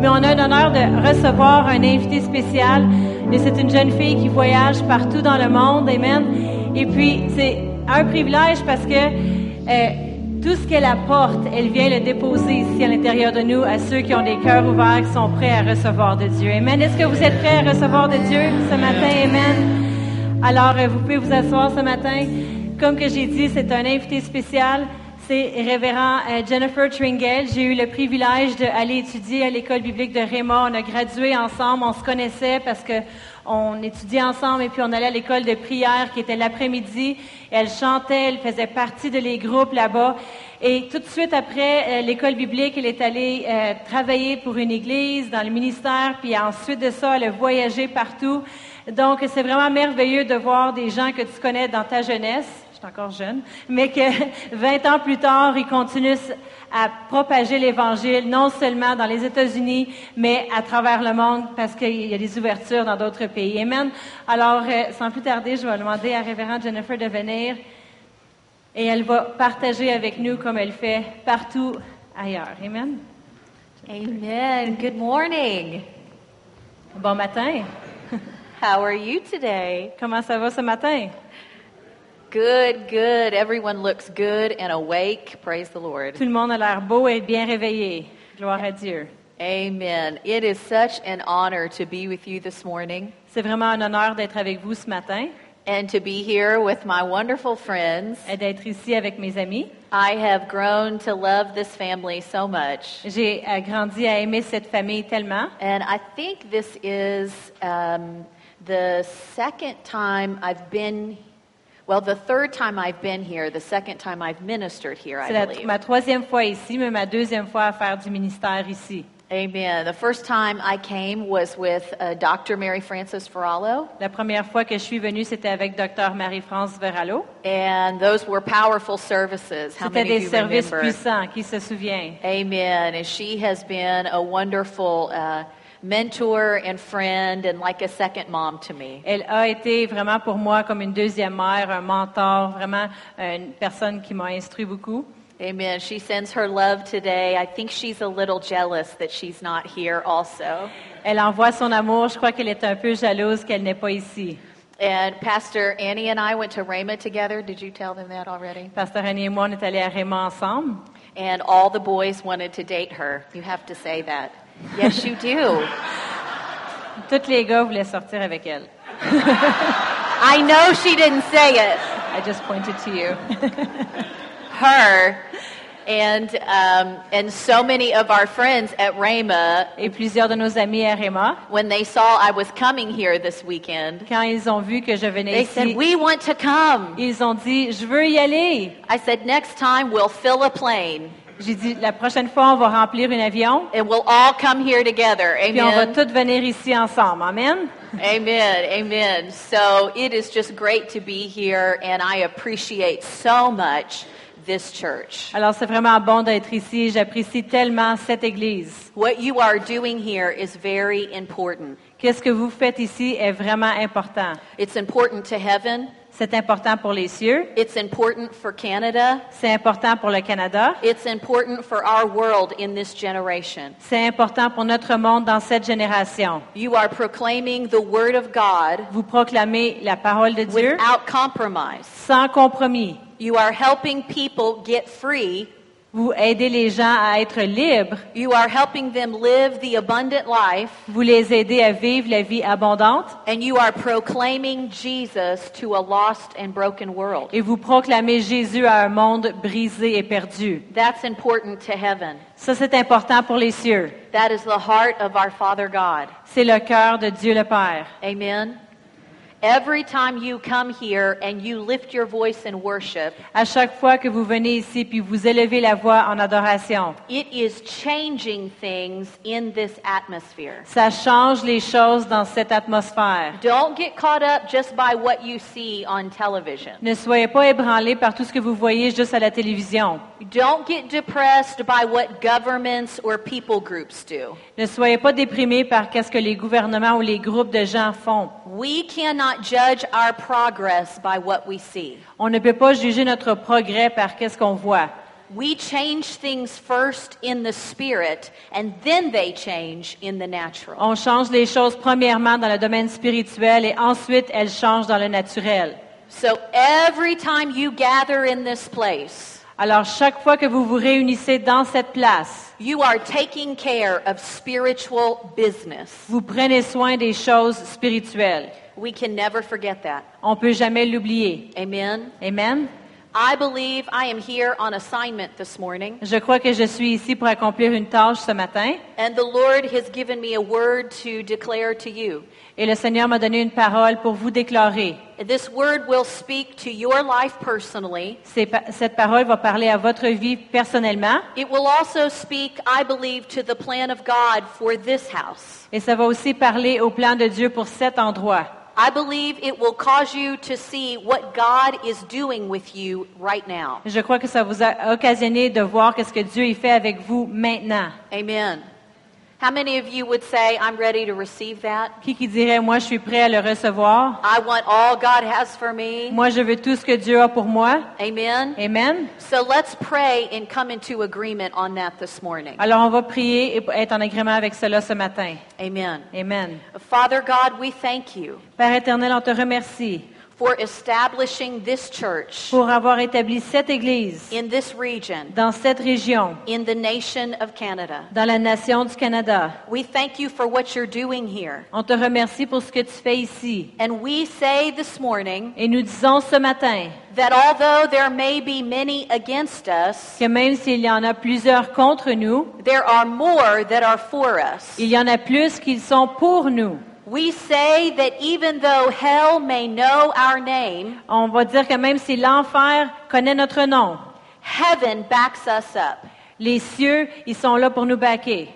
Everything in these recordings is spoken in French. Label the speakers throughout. Speaker 1: mais on a l'honneur de recevoir un invité spécial. Et c'est une jeune fille qui voyage partout dans le monde. Amen. Et puis, c'est un privilège parce que euh, tout ce qu'elle apporte, elle vient le déposer ici à l'intérieur de nous, à ceux qui ont des cœurs ouverts, qui sont prêts à recevoir de Dieu. Amen. Est-ce que vous êtes prêts à recevoir de Dieu ce matin? Amen. Alors, euh, vous pouvez vous asseoir ce matin. Comme que j'ai dit, c'est un invité spécial. C'est révérend euh, Jennifer Tringell. J'ai eu le privilège d'aller étudier à l'école biblique de Raymond. On a gradué ensemble, on se connaissait parce que on étudiait ensemble et puis on allait à l'école de prière qui était l'après-midi. Elle chantait, elle faisait partie de les groupes là-bas. Et tout de suite après euh, l'école biblique, elle est allée euh, travailler pour une église dans le ministère, puis ensuite de ça, elle a voyagé partout. Donc, c'est vraiment merveilleux de voir des gens que tu connais dans ta jeunesse suis encore jeune, mais que 20 ans plus tard, ils continuent à propager l'Évangile, non seulement dans les États-Unis, mais à travers le monde, parce qu'il y a des ouvertures dans d'autres pays. Amen. Alors, euh, sans plus tarder, je vais demander à Révérende Jennifer de venir, et elle va partager avec nous comme elle fait partout ailleurs. Amen.
Speaker 2: Amen. Good morning.
Speaker 1: Bon matin.
Speaker 2: How are you today?
Speaker 1: Comment ça va ce matin?
Speaker 2: Good, good. Everyone looks good and awake. Praise the Lord.
Speaker 1: Tout le monde a l'air beau et bien réveillé. Gloire à Dieu.
Speaker 2: Amen. It is such an honor to be with you this morning
Speaker 1: C'est vraiment un honneur d'être avec vous ce matin
Speaker 2: and to be here with my wonderful friends.
Speaker 1: et d'être ici avec mes amis.
Speaker 2: I have grown to love this family so much.
Speaker 1: J'ai euh, grandi à aimer cette famille tellement.
Speaker 2: And I think this is um, the second time I've been, well, the third time I've been here, the second time I've ministered here,
Speaker 1: C'est
Speaker 2: I
Speaker 1: la-
Speaker 2: believe.
Speaker 1: ma troisième fois ici, mais ma deuxième fois à faire du ministère ici.
Speaker 2: Amen. The first time I came was with uh, Dr. Mary Frances Farallo,
Speaker 1: La première fois que je suis venue, c'était avec Dr. Marie-France Verallo.
Speaker 2: and those were powerful services. How
Speaker 1: C'était
Speaker 2: many of
Speaker 1: des
Speaker 2: you
Speaker 1: services
Speaker 2: remember?
Speaker 1: puissants, qui se souvient.
Speaker 2: Amen. And she has been a wonderful uh, mentor and friend, and like a second mom to me.
Speaker 1: Elle a été vraiment pour moi comme une deuxième mère, un mentor, vraiment euh, une personne qui m'a instruit beaucoup.
Speaker 2: Amen. She sends her love today. I think she's a little jealous that she's not here, also.
Speaker 1: Elle envoie son amour. Je crois qu'elle est un peu jalouse qu'elle n'est pas ici.
Speaker 2: And Pastor Annie and I went to Rhema together. Did you tell them that already?
Speaker 1: Pasteur Annie et moi, on est allés à Raymond ensemble.
Speaker 2: And all the boys wanted to date her. You have to say that. Yes, you do.
Speaker 1: Tous les gars voulaient sortir avec elle.
Speaker 2: I know she didn't say it.
Speaker 1: I just pointed to you.
Speaker 2: Her. And um, and so many of our friends at Rhema
Speaker 1: Et plusieurs de nos amis à Raymond,
Speaker 2: when they saw I was coming here this weekend,
Speaker 1: quand ils ont vu que je venais
Speaker 2: they
Speaker 1: ici,
Speaker 2: said, We want to come.
Speaker 1: ils ont dit, je veux y aller.
Speaker 2: I said, Next time we'll fill a plane
Speaker 1: J'ai dit, la prochaine fois, on va remplir un avion,
Speaker 2: and we'll all come here together.
Speaker 1: puis on va
Speaker 2: Amen.
Speaker 1: tous venir ici ensemble. Amen.
Speaker 2: Amen. Amen. So it is just great to be here, and I appreciate so much this church.
Speaker 1: Alors, c'est vraiment bon d'être ici. J'apprécie tellement cette Église.
Speaker 2: What you are doing here is very important.
Speaker 1: Qu'est-ce que vous faites ici est vraiment important.
Speaker 2: It's important to heaven,
Speaker 1: C'est important pour les cieux.
Speaker 2: it's important for Canada,
Speaker 1: C'est important pour le Canada.
Speaker 2: it's important for our world in this generation.
Speaker 1: C'est important pour notre monde dans cette génération.
Speaker 2: You are proclaiming the Word of God
Speaker 1: Vous proclamez la parole de Dieu
Speaker 2: without compromise.
Speaker 1: sans compromis.
Speaker 2: You are helping people get free.
Speaker 1: Vous aidez les gens à être libres.
Speaker 2: You are helping them live the abundant life.
Speaker 1: Vous les aidez à vivre la vie abondante.
Speaker 2: And you are proclaiming Jesus to a lost and broken world.
Speaker 1: Et vous proclamez Jésus à un monde brisé et perdu.
Speaker 2: That's important to heaven.
Speaker 1: Ça, c'est important pour les cieux.
Speaker 2: That is the heart of our Father God.
Speaker 1: C'est le cœur de Dieu le Père.
Speaker 2: Amen. Every time you come here and you lift your voice in worship,
Speaker 1: À chaque fois que vous venez ici puis vous élevez la voix en adoration,
Speaker 2: it is changing things in this atmosphere.
Speaker 1: ça change les choses dans cette atmosphère.
Speaker 2: Don't get caught up just by what you see on television.
Speaker 1: Ne soyez pas ébranlés par tout ce que vous voyez juste à la télévision.
Speaker 2: Don't get depressed by what governments or people groups do.
Speaker 1: Ne soyez pas déprimés par qu'est-ce que les gouvernements ou les groupes de gens font.
Speaker 2: We cannot judge our progress by what we see.
Speaker 1: On ne peut pas juger notre progrès par qu'est-ce qu'on voit.
Speaker 2: we change things first in the spirit, and then they change in the natural.
Speaker 1: On change les choses premièrement dans le domaine spirituel et ensuite elles changent dans le naturel.
Speaker 2: So every time you gather in this place,
Speaker 1: Alors chaque fois que vous vous réunissez dans cette place,
Speaker 2: you are taking care of spiritual business.
Speaker 1: vous prenez soin des choses spirituelles.
Speaker 2: We can never forget that.
Speaker 1: On peut jamais l'oublier.
Speaker 2: Amen.
Speaker 1: Amen.
Speaker 2: I believe I am here on assignment this morning,
Speaker 1: Je crois que je suis ici pour accomplir une tâche ce matin
Speaker 2: and the Lord has given me a word to declare to you.
Speaker 1: et le Seigneur m'a donné une parole pour vous déclarer.
Speaker 2: This word will speak to your life personally.
Speaker 1: Ces pa- Cette parole va parler à votre vie personnellement
Speaker 2: It will also speak, I believe, to the plan of God for this house.
Speaker 1: et ça va aussi parler au plan de Dieu pour cet endroit.
Speaker 2: I believe it will cause you to see what God is doing with you right now.
Speaker 1: Je crois que ça vous a occasionné de voir qu'est-ce que Dieu y fait avec vous maintenant.
Speaker 2: Amen. How many of you would say, I'm ready to receive that?
Speaker 1: Qui qui dirait, moi je suis prêt à le recevoir.
Speaker 2: I want all God has for me.
Speaker 1: Moi je veux tout ce que Dieu a pour moi.
Speaker 2: Amen.
Speaker 1: Amen.
Speaker 2: So let's pray and come into agreement on that this morning.
Speaker 1: Alors on va prier et être en agrément avec cela ce matin.
Speaker 2: Amen.
Speaker 1: Amen.
Speaker 2: Father God, we thank you
Speaker 1: Père éternel, on te remercie
Speaker 2: for establishing this church
Speaker 1: pour avoir établi cette Église
Speaker 2: in this region,
Speaker 1: dans cette région,
Speaker 2: in the nation of Canada.
Speaker 1: dans la nation du Canada.
Speaker 2: We thank you for what you're doing here.
Speaker 1: On te remercie pour ce que tu fais ici.
Speaker 2: And we say this morning
Speaker 1: Et nous disons ce matin
Speaker 2: that although there may be many against us,
Speaker 1: que même s'il y en a plusieurs contre nous,
Speaker 2: there are more that are for us.
Speaker 1: il y en a plus qui sont pour nous.
Speaker 2: We say that even though hell may know our name,
Speaker 1: On va dire que même si l'enfer connaît notre nom,
Speaker 2: heaven backs us up.
Speaker 1: les cieux, ils sont là pour nous baquer.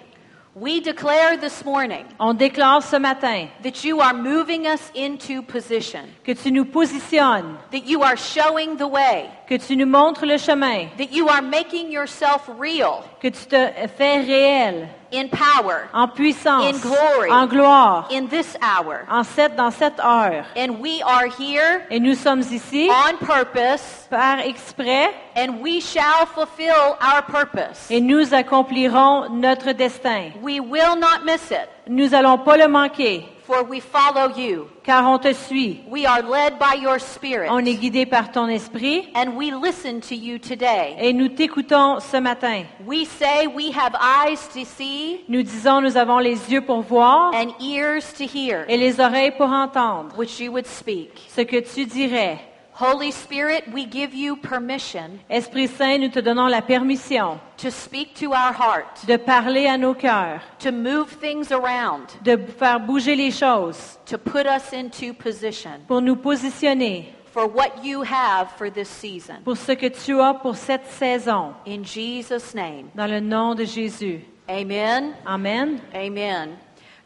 Speaker 2: We declare this morning
Speaker 1: On déclare ce matin
Speaker 2: that you are moving us into position,
Speaker 1: que tu nous positionnes,
Speaker 2: that you are showing the way,
Speaker 1: que tu nous montres le chemin,
Speaker 2: that you are making yourself real
Speaker 1: que tu te fais réel,
Speaker 2: in power
Speaker 1: en puissance,
Speaker 2: In glory.
Speaker 1: en gloire,
Speaker 2: in this hour.
Speaker 1: en cette, dans cette heure.
Speaker 2: And we are here
Speaker 1: Et nous sommes ici
Speaker 2: on purpose
Speaker 1: par exprès
Speaker 2: And we shall fulfill our purpose.
Speaker 1: et nous accomplirons notre destin.
Speaker 2: We will not miss it,
Speaker 1: Nous allons pas le manquer,
Speaker 2: for we follow you.
Speaker 1: car on te suit.
Speaker 2: We are led by your
Speaker 1: On est
Speaker 2: Spirit,
Speaker 1: guidé par ton esprit
Speaker 2: and we listen to you today.
Speaker 1: et nous t'écoutons ce matin.
Speaker 2: We say we have eyes to see
Speaker 1: Nous disons, nous avons les yeux pour voir
Speaker 2: and ears to hear,
Speaker 1: et les oreilles pour entendre
Speaker 2: which you would speak.
Speaker 1: ce que tu dirais.
Speaker 2: Holy Spirit, we give you permission
Speaker 1: Esprit Saint, nous te donnons la permission
Speaker 2: to speak to our heart,
Speaker 1: de parler à nos cœurs,
Speaker 2: to move things around,
Speaker 1: de faire bouger les choses
Speaker 2: to put us into position
Speaker 1: pour nous positionner
Speaker 2: for what you have for this season.
Speaker 1: pour ce que tu as pour cette saison.
Speaker 2: In Jesus' name,
Speaker 1: Dans le nom de Jésus.
Speaker 2: amen.
Speaker 1: Amen.
Speaker 2: Amen.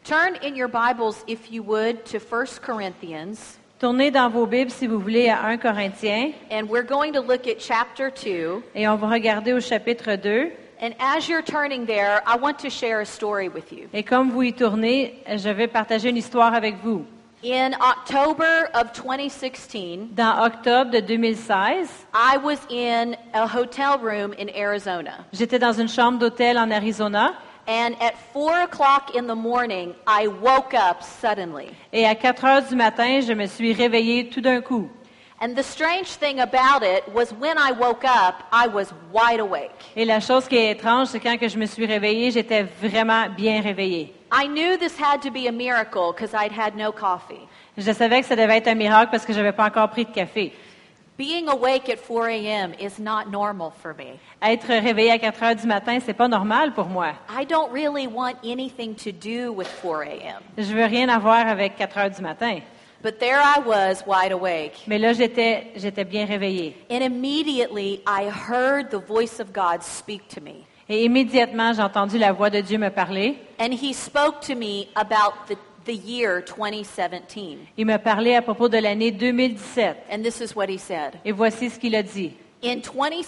Speaker 2: Turn in your Bibles, if you would, to 1 Corinthians,
Speaker 1: Tournez dans vos Bibles, si vous voulez, à 1 Corinthiens
Speaker 2: and we're going to look at chapter 2.
Speaker 1: et on va regarder au chapitre 2.
Speaker 2: And as you're turning there, I want to share a story with you.
Speaker 1: Et comme vous y tournez, je vais partager une histoire avec vous.
Speaker 2: In October of 2016,
Speaker 1: Dans octobre de 2016,
Speaker 2: I was in a hotel room in Arizona.
Speaker 1: j'étais dans une chambre d'hôtel en Arizona
Speaker 2: And at 4 o'clock in the morning, I woke up suddenly.
Speaker 1: et à 4 heures du matin, je me suis réveillée tout d'un coup.
Speaker 2: And the strange thing about it was when I woke up, I was wide awake.
Speaker 1: Et la chose qui est étrange, c'est quand que je me suis réveillée, j'étais vraiment bien réveillée.
Speaker 2: I knew this had to be a miracle because I'd had no coffee.
Speaker 1: Je savais que ça devait être un miracle parce que je n'avais pas encore pris de café.
Speaker 2: Being awake at 4 a.m. is not normal for me.
Speaker 1: Être réveillée à 4 heures du matin, c'est pas normal pour moi.
Speaker 2: I don't really want anything to do with 4 a.m.
Speaker 1: Je veux rien avoir avec 4 heures du matin.
Speaker 2: But there I was, wide awake.
Speaker 1: Mais là, j'étais, j'étais bien réveillée.
Speaker 2: And immediately I heard the voice of God speak to me.
Speaker 1: Et immédiatement, j'ai entendu la voix de Dieu me parler.
Speaker 2: And he spoke to me about the, the year 2017.
Speaker 1: Il me parlait à propos de l'année 2017.
Speaker 2: And this is what he said.
Speaker 1: Et voici ce qu'il a dit.
Speaker 2: In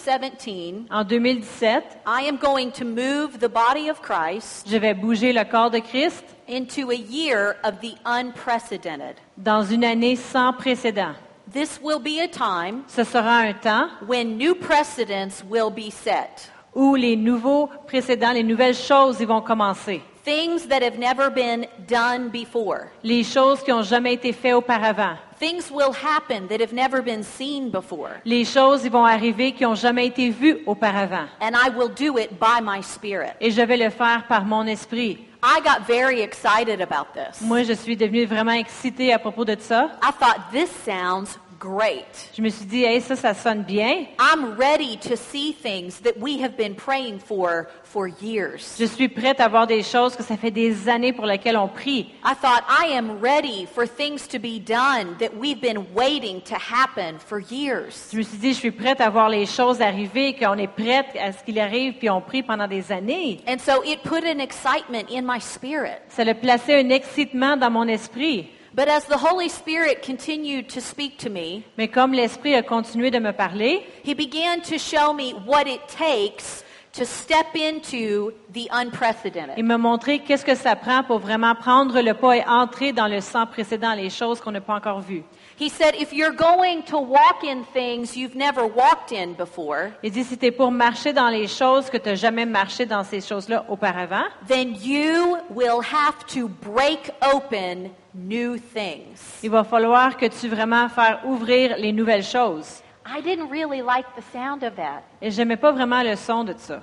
Speaker 2: 2017,
Speaker 1: En 2017,
Speaker 2: I am going to move the body of Christ
Speaker 1: je vais bouger le corps de Christ
Speaker 2: into a year of the unprecedented.
Speaker 1: dans une année sans précédent.
Speaker 2: This will be a time
Speaker 1: Ce sera un temps
Speaker 2: when new precedents will be set.
Speaker 1: où les nouveaux précédents, les nouvelles choses, ils vont commencer.
Speaker 2: Things that have never been done before.
Speaker 1: Les choses qui n'ont jamais été faites auparavant.
Speaker 2: Things will happen that have never been seen before.
Speaker 1: Les choses, ils vont arriver qui n'ont jamais été vues auparavant.
Speaker 2: And I will do it by my spirit.
Speaker 1: Et je vais le faire par mon esprit.
Speaker 2: I got very excited about this.
Speaker 1: Moi, je suis devenue vraiment excitée à propos de ça.
Speaker 2: I thought this sounds great.
Speaker 1: Je me suis dit, hey, ça, ça sonne bien.
Speaker 2: I'm ready to see things that we have been praying for for years.
Speaker 1: Je suis prête à voir des choses que ça fait des années pour lesquelles on prie.
Speaker 2: I thought I am ready for things to be done that we've been waiting to happen for years.
Speaker 1: Je me suis dit, je suis prête à voir les choses arriver, qu'on est prête à ce qu'il arrive, puis on prie pendant des années.
Speaker 2: And so it put an excitement in my spirit.
Speaker 1: Ça le plaçait un excitement dans mon esprit.
Speaker 2: But as the Holy Spirit continued to speak to me,
Speaker 1: Mais comme l'esprit a continué de me parler,
Speaker 2: He began to show me what it takes to step into the
Speaker 1: il
Speaker 2: unprecedented.
Speaker 1: m'a montré qu'est-ce que ça prend pour vraiment prendre le pas et entrer dans le sang précédent, les choses qu'on n'a pas encore vues.
Speaker 2: He said, if you're going to walk in things you've never walked in before,
Speaker 1: Il dit, si t'es pour marcher dans les choses que tu n'as jamais marché dans ces choses-là auparavant,
Speaker 2: then you will have to break open new things.
Speaker 1: il va falloir que tu vraiment faire ouvrir les nouvelles choses.
Speaker 2: I didn't really like the sound of that.
Speaker 1: Et j'aimais pas vraiment le son de ça.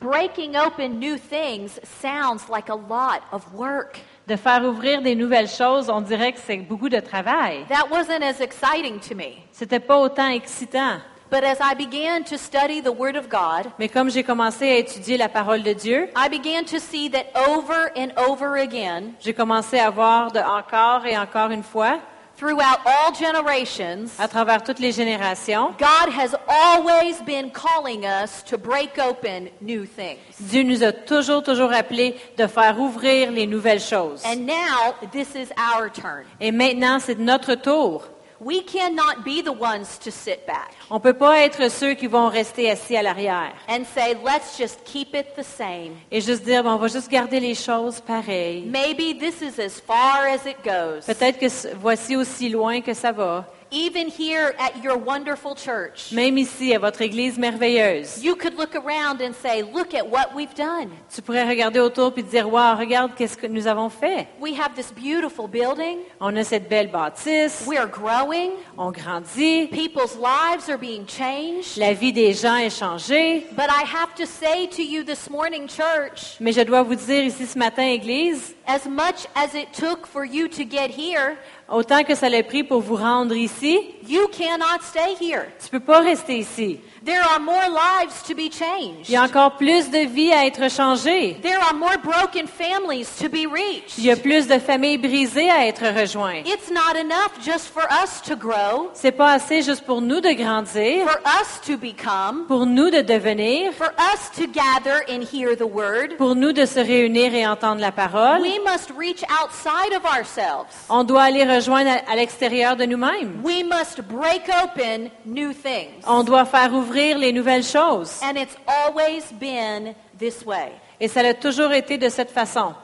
Speaker 2: Breaking open new things sounds like a lot of work.
Speaker 1: De faire ouvrir des nouvelles choses, on dirait que c'est beaucoup de travail.
Speaker 2: That wasn't as exciting to me.
Speaker 1: C'était pas autant excitant.
Speaker 2: But as I began to study the Word of God,
Speaker 1: Mais comme j'ai commencé à étudier la parole de Dieu,
Speaker 2: I began to see that over and over again,
Speaker 1: J'ai commencé à voir de encore et encore une fois,
Speaker 2: throughout all generations,
Speaker 1: à travers toutes les générations,
Speaker 2: God has always been calling us to break open new things.
Speaker 1: Dieu nous a toujours, toujours appelés de faire ouvrir les nouvelles choses.
Speaker 2: And now this is our turn.
Speaker 1: Et maintenant, c'est notre tour.
Speaker 2: We cannot be the ones to sit back
Speaker 1: On ne peut pas être ceux qui vont rester assis à l'arrière
Speaker 2: and say, let's just keep it the same.
Speaker 1: et juste dire, bon, on va juste garder les choses pareilles.
Speaker 2: Maybe this is as far as it goes.
Speaker 1: Peut-être que c- voici aussi loin que ça va.
Speaker 2: Even here at your wonderful church,
Speaker 1: Même ici, à votre église merveilleuse,
Speaker 2: you could look around and say, look at what we've done.
Speaker 1: tu pourrais regarder autour et dire, wow, regarde qu'est-ce que nous avons fait.
Speaker 2: We have this beautiful building.
Speaker 1: On a cette belle bâtisse,
Speaker 2: We are growing.
Speaker 1: on grandit,
Speaker 2: People's lives are being changed.
Speaker 1: la vie des gens est changée.
Speaker 2: But I have to say to you this morning, church,
Speaker 1: Mais je dois vous dire ici ce matin, Église,
Speaker 2: as much as it took for you to get here,
Speaker 1: autant que ça l'a pris pour vous rendre ici,
Speaker 2: you cannot stay here.
Speaker 1: tu peux pas rester ici.
Speaker 2: There are more lives to be
Speaker 1: Il
Speaker 2: changed.
Speaker 1: y a encore plus de vies à être changées.
Speaker 2: There are more broken families to be reached.
Speaker 1: Il y a plus de familles brisées à être rejointes.
Speaker 2: It's not enough just for us to grow,
Speaker 1: C'est pas assez juste pour nous de grandir,
Speaker 2: for us to become,
Speaker 1: pour nous de devenir,
Speaker 2: for us to gather and hear the word.
Speaker 1: pour nous de se réunir et entendre la parole.
Speaker 2: We must reach outside of ourselves.
Speaker 1: On doit aller rejoindre à à l'extérieur de nous-mêmes.
Speaker 2: We must break open new things.
Speaker 1: On doit faire ouvrir les nouvelles choses.
Speaker 2: And it's always been this way.
Speaker 1: Et ça l'a toujours été de cette façon,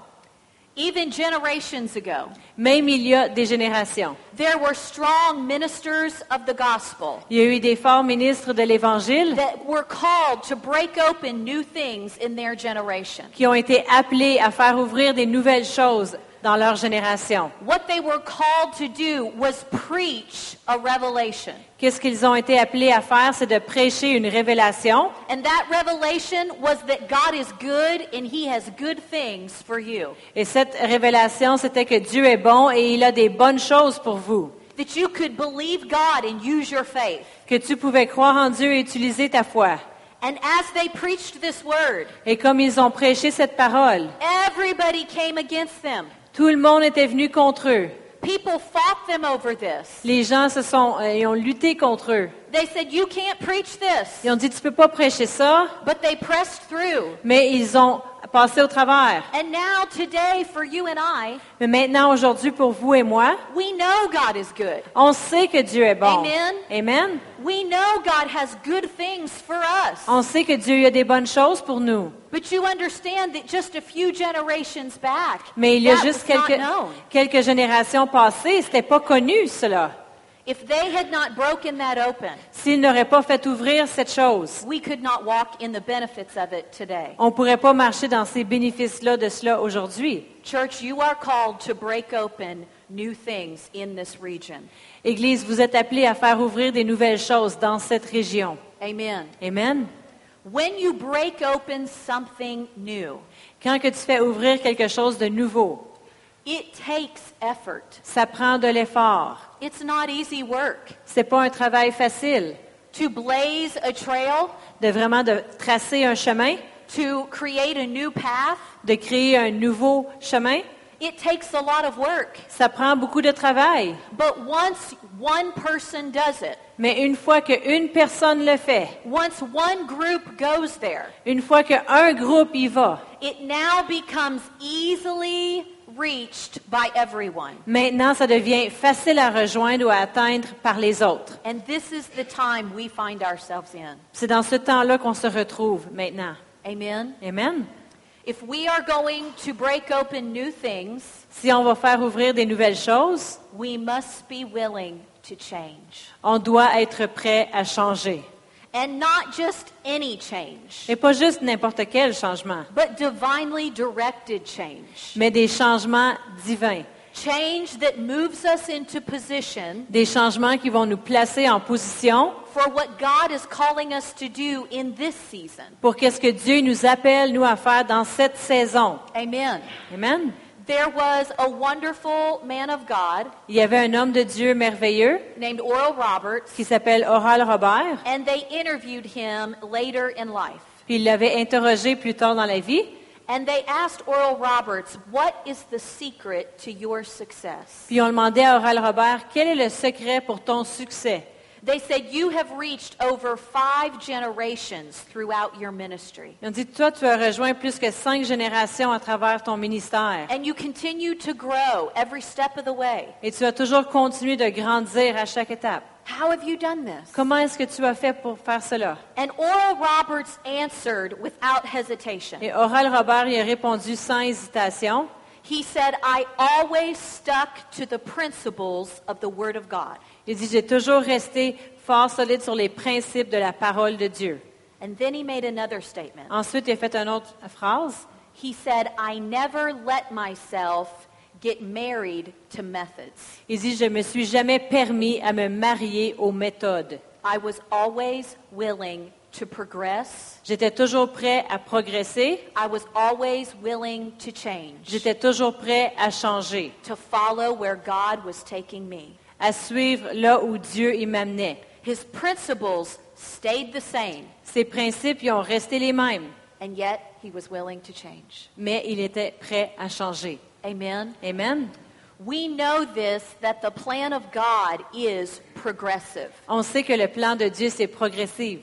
Speaker 2: Even generations ago,
Speaker 1: même il y a des générations.
Speaker 2: there were strong ministers of the gospel
Speaker 1: Il y a eu des forts ministres de l'Évangile
Speaker 2: that were called to break open new things in their generation.
Speaker 1: qui ont été appelés à faire ouvrir des nouvelles choses dans leur génération.
Speaker 2: What they were called to do was preach a revelation.
Speaker 1: Qu'est-ce qu'ils ont été appelés à faire? C'est de prêcher une révélation.
Speaker 2: And that revelation was that God is good and he has good things for you.
Speaker 1: Et cette révélation, c'était que Dieu est bon et il a des bonnes choses pour vous.
Speaker 2: That you could believe God and use your faith.
Speaker 1: Que tu pouvais croire en Dieu et utiliser ta foi.
Speaker 2: And as they preached this word,
Speaker 1: Et comme ils ont prêché cette parole,
Speaker 2: everybody came against them.
Speaker 1: tout le monde était venu contre eux.
Speaker 2: People fought them over this.
Speaker 1: Les gens se sont, euh, ils ont lutté contre eux.
Speaker 2: They said, You can't preach this.
Speaker 1: Ils ont dit, tu peux pas prêcher ça,
Speaker 2: But they pressed through.
Speaker 1: mais ils ont passé au travers.
Speaker 2: And now, today, for you and I,
Speaker 1: Mais maintenant, aujourd'hui, pour vous et moi,
Speaker 2: we know God is good.
Speaker 1: On sait que Dieu est bon.
Speaker 2: Amen.
Speaker 1: Amen.
Speaker 2: We know God has good things for us.
Speaker 1: On sait que Dieu a des bonnes choses pour nous.
Speaker 2: But you understand that just a few generations back,
Speaker 1: Mais il y a
Speaker 2: that
Speaker 1: juste
Speaker 2: was not
Speaker 1: quelques,
Speaker 2: known.
Speaker 1: quelques générations passées, c'était pas connu cela.
Speaker 2: If they had not broken that open,
Speaker 1: S'il n'aurait pas fait ouvrir cette chose,
Speaker 2: we could not walk in the benefits of it today.
Speaker 1: on ne pourrait pas marcher dans ces bénéfices-là de cela aujourd'hui.
Speaker 2: Church, you are called to break open new things in this region.
Speaker 1: Église, vous êtes appelée à faire ouvrir des nouvelles choses dans cette région.
Speaker 2: Amen.
Speaker 1: Amen.
Speaker 2: When you break open something new,
Speaker 1: Quand que tu fais ouvrir quelque chose de nouveau,
Speaker 2: it takes effort.
Speaker 1: ça prend de l'effort.
Speaker 2: It's not easy work.
Speaker 1: C'est pas un travail facile
Speaker 2: To blaze a trail,
Speaker 1: de vraiment de tracer un chemin,
Speaker 2: to create a new path,
Speaker 1: de créer un nouveau chemin.
Speaker 2: it takes a lot of work.
Speaker 1: Ça prend beaucoup de travail.
Speaker 2: But once one person does it,
Speaker 1: Mais une fois qu'une personne le fait,
Speaker 2: once one group goes there,
Speaker 1: une fois qu'un groupe y va,
Speaker 2: it now becomes easily reached by everyone.
Speaker 1: maintenant ça devient facile à rejoindre ou à atteindre par les autres.
Speaker 2: And this is the time we find ourselves in.
Speaker 1: C'est dans ce temps-là qu'on se retrouve maintenant.
Speaker 2: Amen.
Speaker 1: Amen.
Speaker 2: If we are going to break open new things,
Speaker 1: Si on va faire ouvrir des nouvelles choses,
Speaker 2: we must be willing to change.
Speaker 1: on doit être prêt à changer.
Speaker 2: And not just any change,
Speaker 1: Et pas juste n'importe quel changement,
Speaker 2: but divinely directed change.
Speaker 1: mais des changements divins.
Speaker 2: Change that moves us into position
Speaker 1: Des changements qui vont nous placer en position
Speaker 2: for what God is calling us to do in this season.
Speaker 1: pour qu'est-ce que Dieu nous appelle, nous, à faire dans cette saison.
Speaker 2: Amen.
Speaker 1: Amen.
Speaker 2: There was a wonderful man of God
Speaker 1: Il y avait un homme de Dieu merveilleux
Speaker 2: named Oral Roberts,
Speaker 1: qui s'appelle Oral Robert,
Speaker 2: and they interviewed him later in life.
Speaker 1: puis il l'avait interrogé plus tard dans la vie,
Speaker 2: And they asked Oral Roberts, what is the secret to your success?
Speaker 1: puis on demandait à Oral Robert, quel est le secret pour ton succès?
Speaker 2: They said, you have reached over five generations throughout your ministry.
Speaker 1: Ils ont dit, toi, tu as rejoint plus que cinq générations à travers ton ministère,
Speaker 2: And you continue to grow every step of the way.
Speaker 1: et tu as toujours continué de grandir à chaque étape.
Speaker 2: How have you done this?
Speaker 1: Comment est-ce que tu as fait pour faire cela?
Speaker 2: And Oral Roberts answered without hesitation.
Speaker 1: Et Oral Robert y a répondu sans hésitation.
Speaker 2: He said, I always stuck to the principles of the Word of God.
Speaker 1: Il dit, j'ai toujours resté fort solide sur les principes de la parole de Dieu.
Speaker 2: And then he made another statement.
Speaker 1: Ensuite, il a fait une autre phrase.
Speaker 2: He said, I never let myself get married to methods.
Speaker 1: Il dit, je me suis jamais permis à me marier aux méthodes.
Speaker 2: I was always willing to progress.
Speaker 1: J'étais toujours prêt à progresser.
Speaker 2: I was always willing to change,
Speaker 1: J'étais toujours prêt à changer,
Speaker 2: to follow where God was taking me.
Speaker 1: à suivre là où Dieu y m'amenait.
Speaker 2: His principles stayed the same,
Speaker 1: Ses principes y ont resté les mêmes,
Speaker 2: and yet he was willing to change.
Speaker 1: mais il était prêt à changer.
Speaker 2: Amen.
Speaker 1: Amen.
Speaker 2: We know this that the plan of God is progressive.
Speaker 1: On sait que le plan de Dieu, c'est progressif.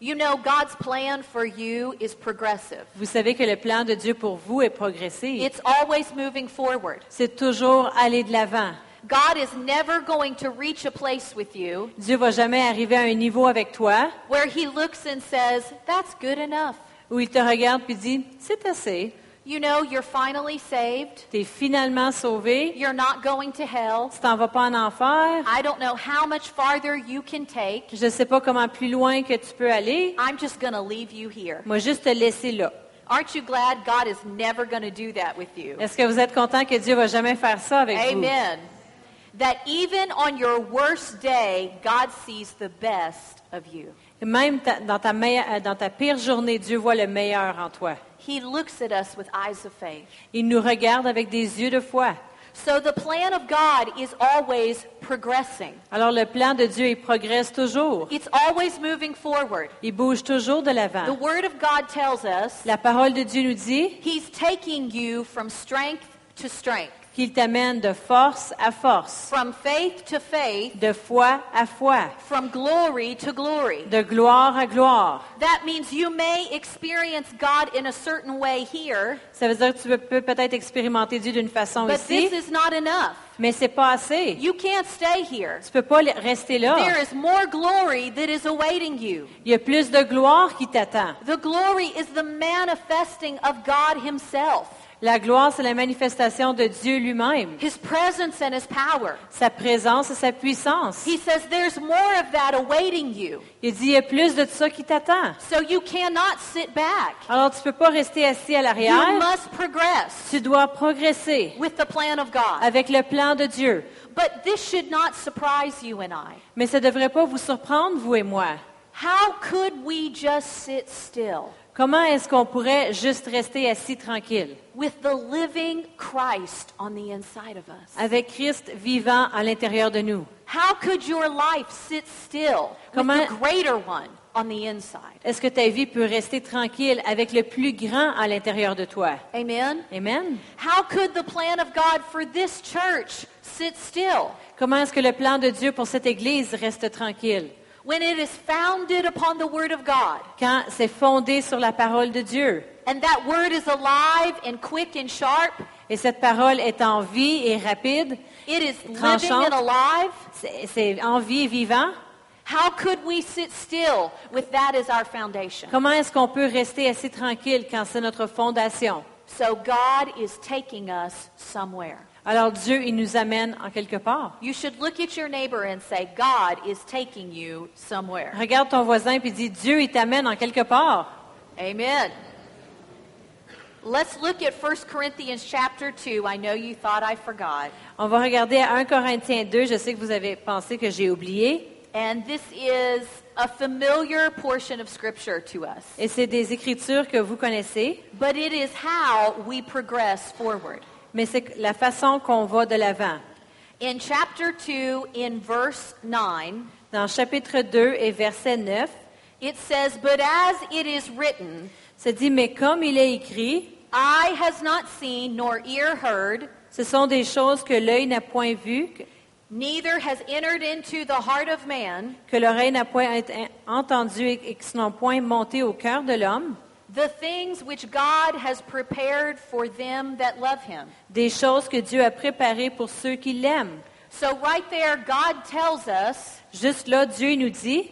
Speaker 2: You know God's plan for you is progressive.
Speaker 1: Vous savez que le plan de Dieu pour vous est progressif.
Speaker 2: It's always moving forward.
Speaker 1: C'est toujours aller de l'avant.
Speaker 2: God is never going to reach a place with you
Speaker 1: Dieu va jamais arriver à un niveau avec toi
Speaker 2: where he looks and says, that's good enough.
Speaker 1: où il te regarde puis dit c'est assez,
Speaker 2: You know, you're finally saved.
Speaker 1: t'es finalement sauvé,
Speaker 2: You're not going to hell.
Speaker 1: tu t'en vas pas en enfer.
Speaker 2: I don't know how much farther you can take.
Speaker 1: Je ne sais pas comment plus loin que tu peux aller.
Speaker 2: I'm just going to leave you here.
Speaker 1: Moi juste te laisser là.
Speaker 2: Aren't you glad God is never going to do that with you?
Speaker 1: Est-ce que vous êtes content que Dieu va jamais faire ça avec vous
Speaker 2: Amen. That even on your worst day, God sees the best of you.
Speaker 1: Même ta- dans, ta meille- euh, dans ta pire journée, Dieu voit le meilleur en toi.
Speaker 2: He looks at us with eyes of faith.
Speaker 1: Il nous regarde avec des yeux de foi.
Speaker 2: So the plan of God is always progressing.
Speaker 1: Alors le plan de Dieu, il progresse toujours.
Speaker 2: It's always moving forward.
Speaker 1: Il bouge toujours de
Speaker 2: The
Speaker 1: l'avant.
Speaker 2: Word of God tells us
Speaker 1: La parole de Dieu nous dit
Speaker 2: He's taking you from strength to strength,
Speaker 1: qu'il t'amène de force à force,
Speaker 2: from faith to faith,
Speaker 1: de foi à foi,
Speaker 2: from glory to glory.
Speaker 1: de gloire à gloire.
Speaker 2: That means you may experience God in a certain way here,
Speaker 1: Ça veut dire que tu peux- peux peut-être expérimenter Dieu d'une façon
Speaker 2: but
Speaker 1: ici,
Speaker 2: this is not enough.
Speaker 1: mais c'est pas assez.
Speaker 2: You can't stay here.
Speaker 1: Tu peux pas le- rester là.
Speaker 2: There is more glory that is awaiting you.
Speaker 1: Il y a plus de gloire qui t'attend.
Speaker 2: The glory is the manifesting of God Himself.
Speaker 1: La gloire, c'est la manifestation de Dieu lui-même,
Speaker 2: His presence and His power.
Speaker 1: sa présence et sa puissance.
Speaker 2: He says there's more of that awaiting you.
Speaker 1: Il dit, il y a plus de ça qui t'attend.
Speaker 2: So you cannot sit back.
Speaker 1: Alors, tu ne peux pas rester assis à
Speaker 2: You
Speaker 1: l'arrière.
Speaker 2: must progress
Speaker 1: Tu dois progresser
Speaker 2: with the plan of God.
Speaker 1: avec le plan de Dieu.
Speaker 2: But this should not surprise you and I.
Speaker 1: Mais ça ne devrait pas vous surprendre, vous et moi.
Speaker 2: How could we just sit still
Speaker 1: Comment est-ce qu'on pourrait juste rester assis tranquille
Speaker 2: with the living Christ on the inside of us?
Speaker 1: avec Christ vivant à l'intérieur de nous?
Speaker 2: How could your life sit still with
Speaker 1: Comment-
Speaker 2: the greater one on the inside?
Speaker 1: Est-ce que ta vie peut rester tranquille avec le plus grand à l'intérieur de toi?
Speaker 2: Amen.
Speaker 1: Amen.
Speaker 2: How could the plan of God for this church sit still
Speaker 1: Comment est-ce que le plan de Dieu pour cette Église reste tranquille?
Speaker 2: when it is founded upon the Word of God?
Speaker 1: Quand c'est fondé sur la parole de Dieu
Speaker 2: And that Word is alive and quick and sharp.
Speaker 1: et cette parole est en vie et rapide,
Speaker 2: It is living
Speaker 1: Tranchant.
Speaker 2: and alive.
Speaker 1: c'est c'est en vie et vivant,
Speaker 2: How could we sit still with that as our foundation?
Speaker 1: comment est-ce qu'on peut rester assez tranquille quand c'est notre fondation?
Speaker 2: So God is taking us somewhere.
Speaker 1: Alors Dieu, il nous amène en quelque part.
Speaker 2: You should look at your neighbor and say, God is taking you somewhere.
Speaker 1: Regarde ton voisin puis dis, Dieu, il t'amène en quelque part.
Speaker 2: Amen. Let's look at 1 Corinthians chapter 2. I know you thought I forgot.
Speaker 1: On va regarder à 1 Corinthiens 2. Je sais que vous avez pensé que j'ai oublié.
Speaker 2: And this is a familiar portion of Scripture to us.
Speaker 1: Et c'est des écritures que vous connaissez,
Speaker 2: But it is how we progress forward.
Speaker 1: mais c'est la façon qu'on va de l'avant.
Speaker 2: In chapter 2, in verse 9,
Speaker 1: Dans chapitre 2 et verset 9,
Speaker 2: it says, But as it is written,
Speaker 1: se dit, mais comme il est écrit,
Speaker 2: Eye has not seen, nor ear heard,
Speaker 1: ce sont des choses que l'œil n'a point vues, que-
Speaker 2: neither has entered into the heart of man,
Speaker 1: que l'oreille n'a point ent- entendues et et qui n'ont point monté au cœur de l'homme,
Speaker 2: the things which God has prepared for them that love him.
Speaker 1: des choses que Dieu a préparées pour ceux qui l'aiment.
Speaker 2: So, right there, God tells us,
Speaker 1: Juste là, Dieu nous dit,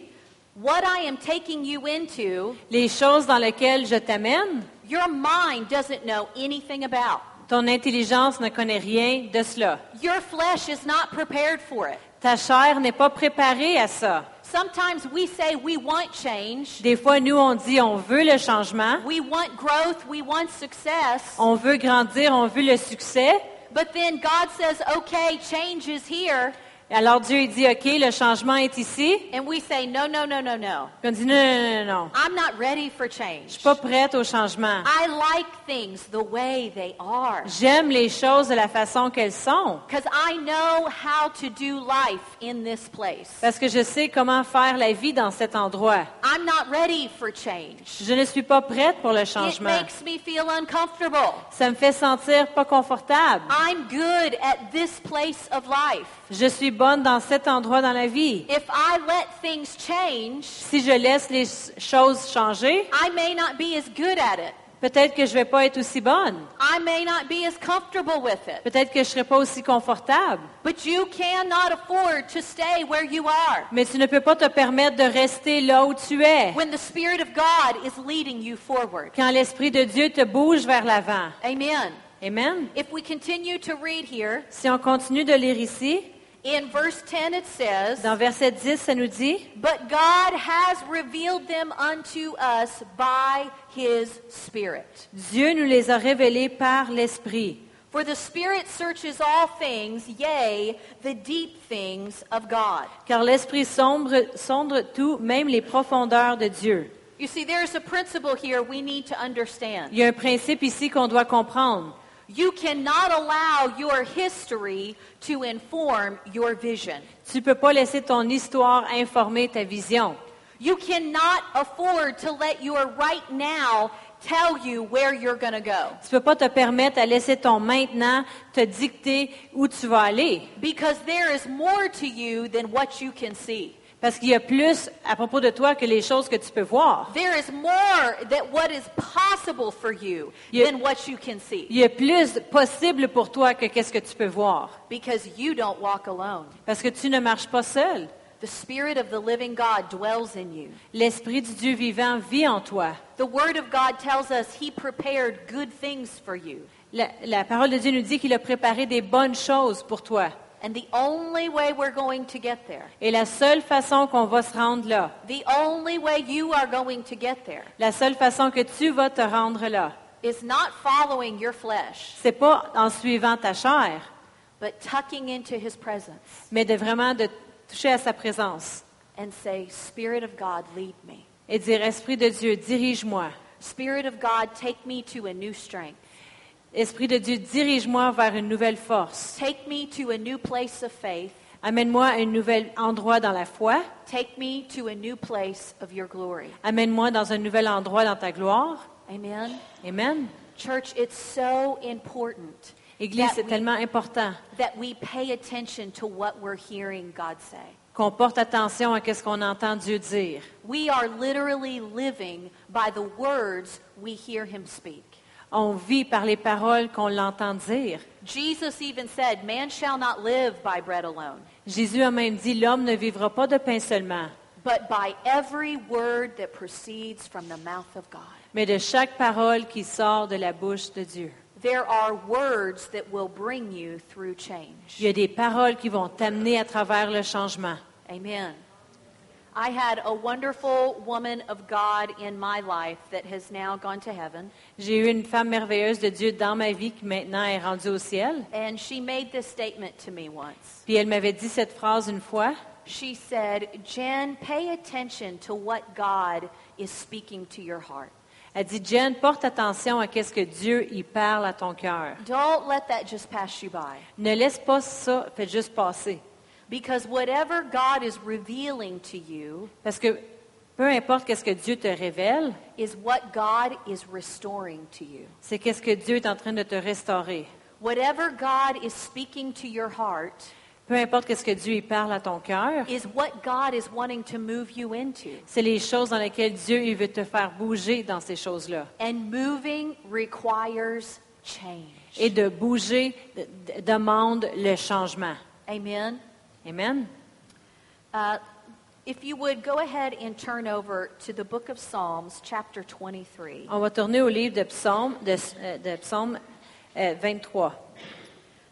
Speaker 2: What I am taking you into,
Speaker 1: les choses dans lesquelles je t'amène,
Speaker 2: your mind doesn't know anything about.
Speaker 1: ton intelligence ne connaît rien de cela.
Speaker 2: Your flesh is not prepared for it.
Speaker 1: Ta chair n'est pas préparée à ça.
Speaker 2: Sometimes we say we want change,
Speaker 1: Des fois, nous, on dit, on veut le changement,
Speaker 2: we want growth, we want success,
Speaker 1: on veut grandir, on veut le succès.
Speaker 2: but then God says, Okay, change is here.
Speaker 1: Alors Dieu il dit, OK, le changement est ici.
Speaker 2: And we say, no, no, no, no, no.
Speaker 1: Puis on dit, non, non, non, non, non.
Speaker 2: I'm not ready for
Speaker 1: Je
Speaker 2: change.
Speaker 1: suis pas prête au changement.
Speaker 2: I like things the way they are
Speaker 1: J'aime les choses de la façon qu'elles sont
Speaker 2: because I know how to do life in this place.
Speaker 1: parce que je sais comment faire la vie dans cet endroit.
Speaker 2: I'm not ready for change.
Speaker 1: Je ne suis pas prête pour le
Speaker 2: It
Speaker 1: changement.
Speaker 2: makes me feel uncomfortable.
Speaker 1: Ça me fait sentir pas confortable.
Speaker 2: I'm good at this place of life.
Speaker 1: Je suis bonne dans cet endroit dans la vie.
Speaker 2: If I let things change,
Speaker 1: Si je laisse les choses changer,
Speaker 2: I may not be as good at it.
Speaker 1: peut-être que je vais pas être aussi bonne.
Speaker 2: I may not be as comfortable with it.
Speaker 1: Peut-être que je serai pas aussi confortable.
Speaker 2: But you cannot afford to stay where you are
Speaker 1: Mais tu ne peux pas te permettre de rester là où tu es
Speaker 2: when the Spirit of God is leading you forward.
Speaker 1: quand l'Esprit de Dieu te bouge vers l'avant.
Speaker 2: Amen.
Speaker 1: Amen.
Speaker 2: If we continue to read here,
Speaker 1: Si on continue de lire ici,
Speaker 2: in verse 10 it says,
Speaker 1: dans verset 10, ça nous dit,
Speaker 2: But God has revealed them unto us by his Spirit.
Speaker 1: Dieu nous les a révélés par l'Esprit.
Speaker 2: For the Spirit searches all things, yea, the deep things of God.
Speaker 1: Car l'Esprit sombre, sondre tout, même les profondeurs de Dieu.
Speaker 2: You see, there's a principle here we need to
Speaker 1: Il
Speaker 2: understand.
Speaker 1: y a un principe ici qu'on doit comprendre.
Speaker 2: You cannot allow your history to inform your vision.
Speaker 1: Tu ne peux pas laisser ton histoire informer ta vision.
Speaker 2: You cannot afford to let your right now tell you where you're going to go.
Speaker 1: Tu ne peux pas te permettre à laisser ton maintenant te dicter où tu vas aller.
Speaker 2: Because there is more to you than what you can see.
Speaker 1: Parce qu'il y a plus à propos de toi que les choses que tu peux voir.
Speaker 2: There is more that what is possible for you
Speaker 1: Yeah.
Speaker 2: than what you can see.
Speaker 1: Il y a plus possible pour toi que qu'est-ce que tu peux voir.
Speaker 2: Because you don't walk alone.
Speaker 1: Parce que tu ne marches pas seul.
Speaker 2: The Spirit of the living God dwells in you.
Speaker 1: L'Esprit du Dieu vivant vit en toi.
Speaker 2: The Word of God tells us He prepared good things for you.
Speaker 1: La, la parole de Dieu nous dit qu'il a préparé des bonnes choses pour toi.
Speaker 2: And the only way we're going to get there,
Speaker 1: Et la seule façon qu'on va se rendre là,
Speaker 2: the only way you are going to get there,
Speaker 1: la seule façon que tu vas te rendre là,
Speaker 2: is not following your flesh,
Speaker 1: c'est pas en suivant ta chair,
Speaker 2: but tucking into his presence
Speaker 1: mais de vraiment de toucher à sa présence
Speaker 2: and say, Spirit of God, lead me.
Speaker 1: et dire Esprit de Dieu, dirige-moi.
Speaker 2: Spirit of God, take me to a new strength.
Speaker 1: Esprit de Dieu, dirige-moi vers une nouvelle force.
Speaker 2: Take me to a new place of faith.
Speaker 1: Amène-moi à un nouvel endroit dans la foi.
Speaker 2: Take me to a new place of your glory.
Speaker 1: Amène-moi dans un nouvel endroit dans ta gloire.
Speaker 2: Amen.
Speaker 1: Amen.
Speaker 2: Church, it's so important
Speaker 1: Église,
Speaker 2: That
Speaker 1: c'est
Speaker 2: we-
Speaker 1: tellement important
Speaker 2: that we pay attention to what we're hearing God say.
Speaker 1: qu'on porte attention à ce qu'on entend Dieu dire.
Speaker 2: We are literally living by the words we hear him speak.
Speaker 1: On vit par les paroles qu'on l'entend dire.
Speaker 2: Jesus even said, Man shall not live by bread alone,
Speaker 1: Jésus a même dit, l'homme ne vivra pas de pain seulement,
Speaker 2: but by every word that proceeds from the mouth of God.
Speaker 1: mais de chaque parole qui sort de la bouche de Dieu.
Speaker 2: There are words that will bring you through change.
Speaker 1: Il y a des paroles qui vont t'amener à travers le changement.
Speaker 2: Amen. I had a wonderful woman of God in my life that has now gone to heaven,
Speaker 1: J'ai eu une femme merveilleuse de Dieu dans ma vie qui maintenant est rendue au ciel.
Speaker 2: and she made this statement to me once.
Speaker 1: Puis elle m'avait dit cette phrase une fois.
Speaker 2: She said, Jen, pay attention to what God is speaking to your heart.
Speaker 1: Elle dit, Jen, porte attention à qu'est-ce que Dieu y parle à ton cœur.
Speaker 2: Don't let that just pass you by.
Speaker 1: Ne laisse pas ça, fais juste passer.
Speaker 2: Because whatever God is revealing to you
Speaker 1: Parce que peu importe qu'est-ce que Dieu te révèle,
Speaker 2: is what God is restoring to you.
Speaker 1: c'est qu'est-ce que Dieu est en train de te restaurer.
Speaker 2: Whatever God is speaking to your heart
Speaker 1: Peu importe qu'est-ce que Dieu y parle à ton cœur,
Speaker 2: is what God is wanting to move you into.
Speaker 1: c'est les choses dans lesquelles Dieu il veut te faire bouger dans ces choses-là.
Speaker 2: And moving requires change.
Speaker 1: Et de bouger de- de- demande le changement.
Speaker 2: Amen.
Speaker 1: Amen.
Speaker 2: Uh, if you would go ahead and turn over to the book of Psalms, chapter 23.
Speaker 1: On va tourner au livre de Psaume, de, euh, de Psaume euh, 23.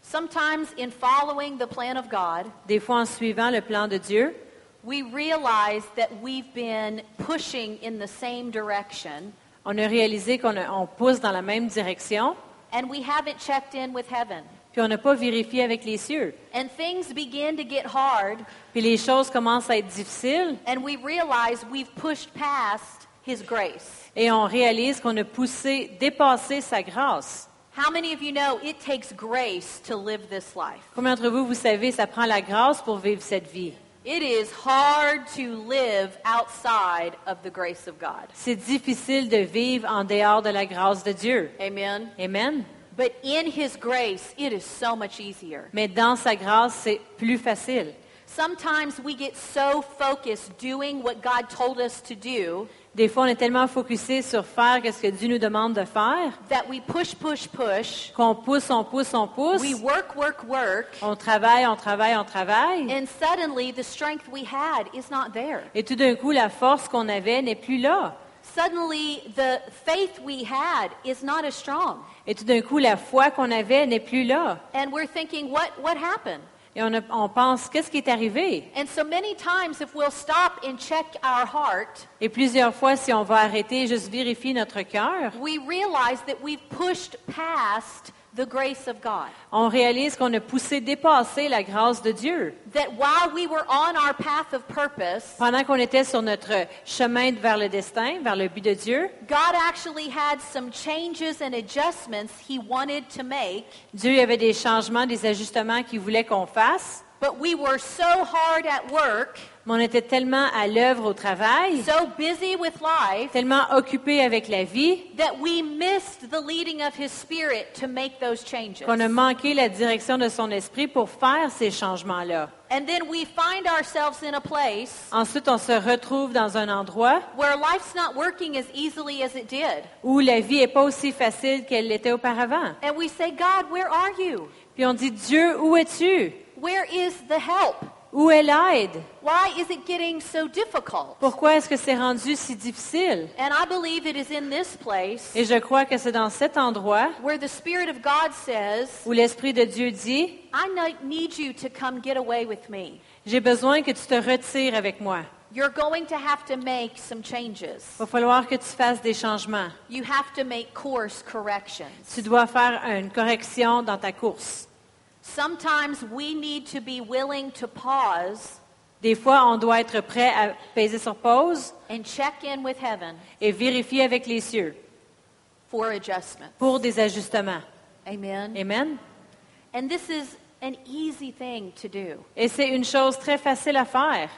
Speaker 2: Sometimes in following the plan of God,
Speaker 1: Des fois, en suivant le plan de Dieu,
Speaker 2: we realize that we've been pushing in the same direction
Speaker 1: on a réalisé qu'on a- on pousse dans la même direction,
Speaker 2: and we haven't checked in with heaven.
Speaker 1: puis on n'a pas vérifié avec les cieux.
Speaker 2: And things begin to get hard
Speaker 1: Puis les choses commencent à être difficiles
Speaker 2: and we realize we've pushed past his grace.
Speaker 1: et on réalise qu'on a poussé, dépassé sa grâce.
Speaker 2: How many of you know it takes grace to live this life?
Speaker 1: Combien d'entre vous, vous savez, ça prend la grâce pour vivre cette vie?
Speaker 2: It is hard to live outside of the grace of God.
Speaker 1: C'est difficile de vivre en dehors de la grâce de Dieu.
Speaker 2: Amen.
Speaker 1: Amen.
Speaker 2: But in his grace, it is so much easier.
Speaker 1: Mais dans sa grâce, c'est plus facile.
Speaker 2: Sometimes we get so focused doing what God told us to do
Speaker 1: Des fois, on est tellement focusé sur faire ce que Dieu nous demande de faire
Speaker 2: that we push, push, push.
Speaker 1: qu'on pousse, on pousse, on pousse.
Speaker 2: We work, work, work.
Speaker 1: On travaille, on travaille, on travaille.
Speaker 2: And suddenly the strength we had is not there.
Speaker 1: Et tout d'un coup, la force qu'on avait n'est plus là.
Speaker 2: Suddenly the faith we had is not as strong.
Speaker 1: Et tout d'un coup, la foi qu'on avait n'est plus là.
Speaker 2: And we're thinking, what, what happened?
Speaker 1: Et on, a- on pense, qu'est-ce qui est arrivé?
Speaker 2: And so many times if we'll stop and check our heart,
Speaker 1: Et plusieurs fois, si on va arrêter et juste vérifier notre cœur,
Speaker 2: we realize that we've pushed past the grace of God.
Speaker 1: on réalise qu'on a poussé, dépassé la grâce de Dieu.
Speaker 2: That while we were on our path of purpose,
Speaker 1: Pendant qu'on était sur notre chemin vers le destin, vers le but de Dieu,
Speaker 2: God actually had some changes and adjustments he wanted to make,
Speaker 1: Dieu il y avait des changements, des ajustements qu'il voulait qu'on fasse.
Speaker 2: but we were so hard at work,
Speaker 1: Mais on était tellement à l'œuvre au travail,
Speaker 2: so busy with life,
Speaker 1: tellement occupé avec la vie,
Speaker 2: that we missed the leading of his spirit to make those changes.
Speaker 1: qu'on a manqué la direction de son esprit pour faire ces changements-là.
Speaker 2: And then we find ourselves in a place
Speaker 1: Ensuite, on se retrouve dans un endroit
Speaker 2: where life's not working as easily as it did.
Speaker 1: où la vie n'est pas aussi facile qu'elle l'était auparavant.
Speaker 2: And we say, God, where are you?
Speaker 1: Puis on dit, Dieu, où es-tu?
Speaker 2: Where is the help?
Speaker 1: Où est l'aide?
Speaker 2: Why is it getting so difficult?
Speaker 1: Pourquoi est-ce que c'est rendu si difficile?
Speaker 2: And I believe it is in this place
Speaker 1: Et je crois que c'est dans cet endroit
Speaker 2: where the Spirit of God says,
Speaker 1: où l'Esprit de Dieu dit,
Speaker 2: I no- need you to come get away with me.
Speaker 1: j'ai besoin que tu te retires avec moi.
Speaker 2: You're going to have to make some changes.
Speaker 1: Il va falloir que tu fasses des changements.
Speaker 2: You have to make course corrections.
Speaker 1: Tu dois faire une correction dans ta course.
Speaker 2: Sometimes we need to be willing to pause
Speaker 1: Des fois, on doit être prêt à peser sur pause
Speaker 2: and check in with heaven
Speaker 1: et vérifier avec les cieux
Speaker 2: for adjustment.
Speaker 1: pour des ajustements.
Speaker 2: Amen.
Speaker 1: Amen.
Speaker 2: And this is an easy thing to do.
Speaker 1: Et c'est une chose très facile à faire.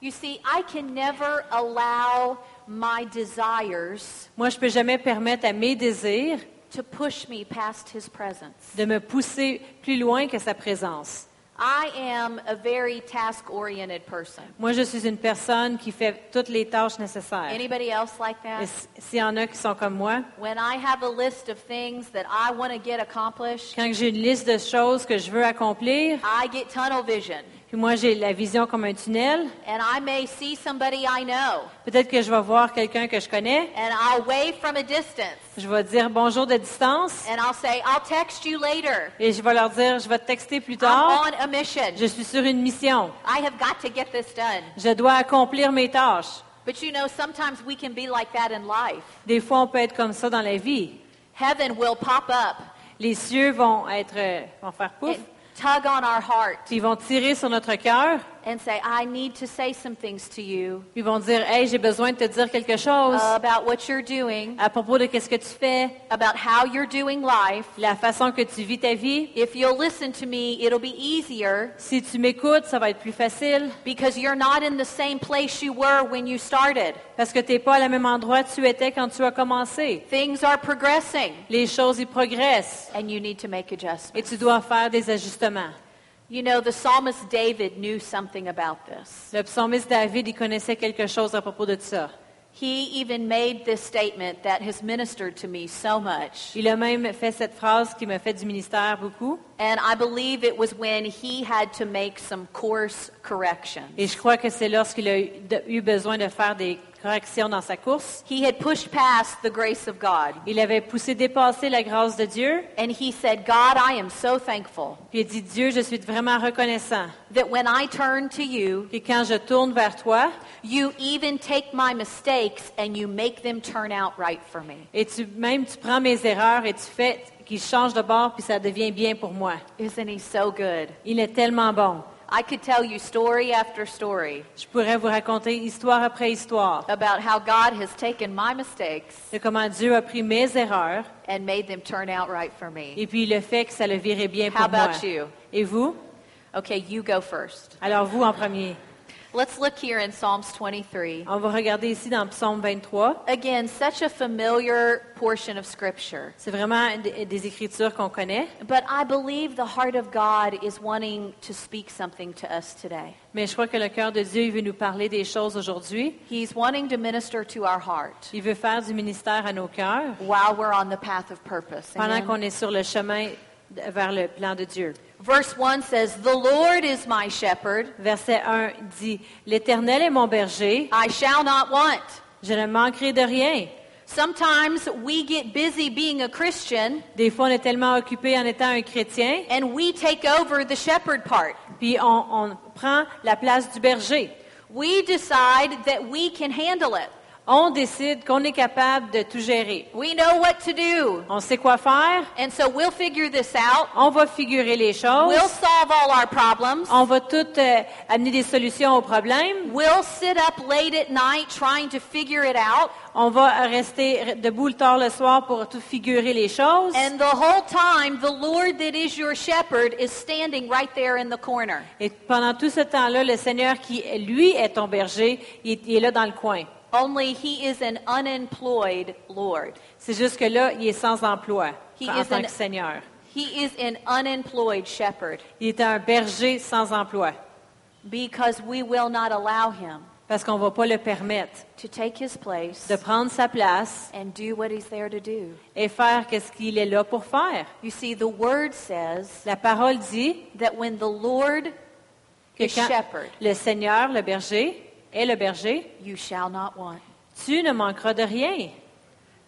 Speaker 2: You see, I can never allow my desires
Speaker 1: Moi, je ne peux jamais permettre à mes désirs
Speaker 2: to push me past his presence.
Speaker 1: de me pousser plus loin que sa présence.
Speaker 2: I am a very task-oriented person.
Speaker 1: Moi, je suis une personne qui fait toutes les tâches nécessaires.
Speaker 2: Anybody else like
Speaker 1: Et
Speaker 2: that?
Speaker 1: s- S'il y en a qui sont comme moi,
Speaker 2: When I have a list of things that I want to get accomplished,
Speaker 1: quand j'ai une liste de choses que je veux accomplir,
Speaker 2: I get tunnel vision.
Speaker 1: puis moi, j'ai la vision comme un tunnel,
Speaker 2: And I may see somebody I know,
Speaker 1: peut-être que je vais voir quelqu'un que je connais,
Speaker 2: and I'll wave from a distance,
Speaker 1: je vais dire bonjour de distance
Speaker 2: and I'll say, I'll text you later.
Speaker 1: et je vais leur dire, je vais te texter plus tard,
Speaker 2: I'm on a mission.
Speaker 1: je suis sur une mission,
Speaker 2: I have got to get this done.
Speaker 1: je dois accomplir mes tâches.
Speaker 2: But you know, sometimes we can be like that in life.
Speaker 1: Des fois, on peut être comme ça dans la vie.
Speaker 2: Heaven will pop up
Speaker 1: Les cieux vont être, euh, vont faire pouf,
Speaker 2: and tug on our heart
Speaker 1: puis ils vont tirer sur notre cœur,
Speaker 2: and say, I need to say some things to you
Speaker 1: puis ils vont dire, hey, j'ai besoin de te dire quelque chose
Speaker 2: about what you're doing,
Speaker 1: à propos de qu'est-ce que tu fais,
Speaker 2: about how you're doing life.
Speaker 1: la façon que tu vis ta vie.
Speaker 2: If you'll listen to me, it'll be easier
Speaker 1: Si tu m'écoutes, ça va être plus facile
Speaker 2: because you're not in the same place you were when you started.
Speaker 1: parce que tu n'es pas à la même endroit que tu étais quand tu as commencé.
Speaker 2: Things are progressing
Speaker 1: Les choses y progressent
Speaker 2: and you need to make
Speaker 1: et
Speaker 2: adjustments.
Speaker 1: tu dois faire des ajustements.
Speaker 2: You know, the psalmist David knew something about this.
Speaker 1: Le psalmiste David, il connaissait quelque chose à propos de ça.
Speaker 2: He even made this statement that has ministered to me so much.
Speaker 1: Il a même fait cette phrase qui m'a fait du ministère beaucoup.
Speaker 2: And I believe it was when he had to make some course correction.
Speaker 1: Et je crois que c'est lorsqu'il a eu- de- eu besoin de faire des corrections dans sa course.
Speaker 2: He had pushed past the grace of God.
Speaker 1: Il avait poussé dépasser la grâce de Dieu.
Speaker 2: And he said, God, I am so thankful
Speaker 1: Puis il a dit, Dieu, je suis vraiment reconnaissant.
Speaker 2: that when I turn to you,
Speaker 1: Et quand je tourne vers toi,
Speaker 2: you even take my mistakes and you make them turn out right for me.
Speaker 1: et tu, même tu prends mes erreurs et tu fais qu'ils changent de bord, puis ça devient bien pour moi.
Speaker 2: Isn't he so good?
Speaker 1: Il est tellement bon.
Speaker 2: I could tell you story after story
Speaker 1: Je pourrais vous raconter histoire après histoire
Speaker 2: about how God has taken my mistakes
Speaker 1: de comment Dieu a pris mes erreurs
Speaker 2: and made them turn out right for me.
Speaker 1: et puis le fait que ça le virait bien pour
Speaker 2: How
Speaker 1: moi.
Speaker 2: about you?
Speaker 1: Et vous?
Speaker 2: Okay, you go first.
Speaker 1: Alors vous en premier.
Speaker 2: Let's look here in Psalms 23.
Speaker 1: On va regarder ici dans Psaume 23.
Speaker 2: Again, such a familiar portion of Scripture.
Speaker 1: C'est vraiment des, des écritures qu'on connaît,
Speaker 2: But I believe the heart of God is wanting to speak something to us today.
Speaker 1: mais je crois que le cœur de Dieu il veut nous parler des choses aujourd'hui.
Speaker 2: He's wanting to minister to our heart
Speaker 1: Il veut faire du ministère à nos cœurs
Speaker 2: while we're on the path of purpose.
Speaker 1: pendant
Speaker 2: Amen?
Speaker 1: qu'on est sur le chemin de- vers le plan de Dieu.
Speaker 2: Verse 1 says, The Lord is my shepherd,
Speaker 1: Verset 1 dit, L'Éternel est mon berger,
Speaker 2: I shall not want.
Speaker 1: je ne manquerai de rien.
Speaker 2: Sometimes we get busy being a Christian
Speaker 1: Des fois, on est tellement occupé en étant un chrétien,
Speaker 2: and we take over the shepherd part.
Speaker 1: puis on, on prend la place du berger.
Speaker 2: We decide that we can handle it.
Speaker 1: On décide qu'on est capable de tout gérer.
Speaker 2: We know what to do.
Speaker 1: On sait quoi faire,
Speaker 2: And so we'll figure this out.
Speaker 1: on va figurer les choses,
Speaker 2: We'll solve all our problems.
Speaker 1: on va tout euh, amener des solutions aux problèmes,
Speaker 2: We'll sit up late at night trying to figure it out.
Speaker 1: on va rester debout le tard le soir pour tout figurer les choses.
Speaker 2: And the whole time, the Lord that is your shepherd is standing right there in the corner.
Speaker 1: Et pendant tout ce temps-là, le Seigneur qui, lui, est ton berger, il est, il est là dans le coin.
Speaker 2: Only he is an unemployed Lord.
Speaker 1: C'est juste que là, il est sans emploi
Speaker 2: He
Speaker 1: en
Speaker 2: is
Speaker 1: tant
Speaker 2: an-
Speaker 1: que Seigneur.
Speaker 2: He is an unemployed shepherd
Speaker 1: Il est un berger sans emploi
Speaker 2: because we will not allow him
Speaker 1: parce qu'on ne va pas le permettre.
Speaker 2: to take his place
Speaker 1: de prendre sa place
Speaker 2: and do what he's there to do.
Speaker 1: et faire qu'est-ce qu'il est là pour faire.
Speaker 2: You see, the word says
Speaker 1: La parole dit
Speaker 2: that when the Lord
Speaker 1: que
Speaker 2: The
Speaker 1: quand
Speaker 2: shepherd.
Speaker 1: le Seigneur, le berger, est le berger,
Speaker 2: you shall not want.
Speaker 1: tu ne manqueras de rien.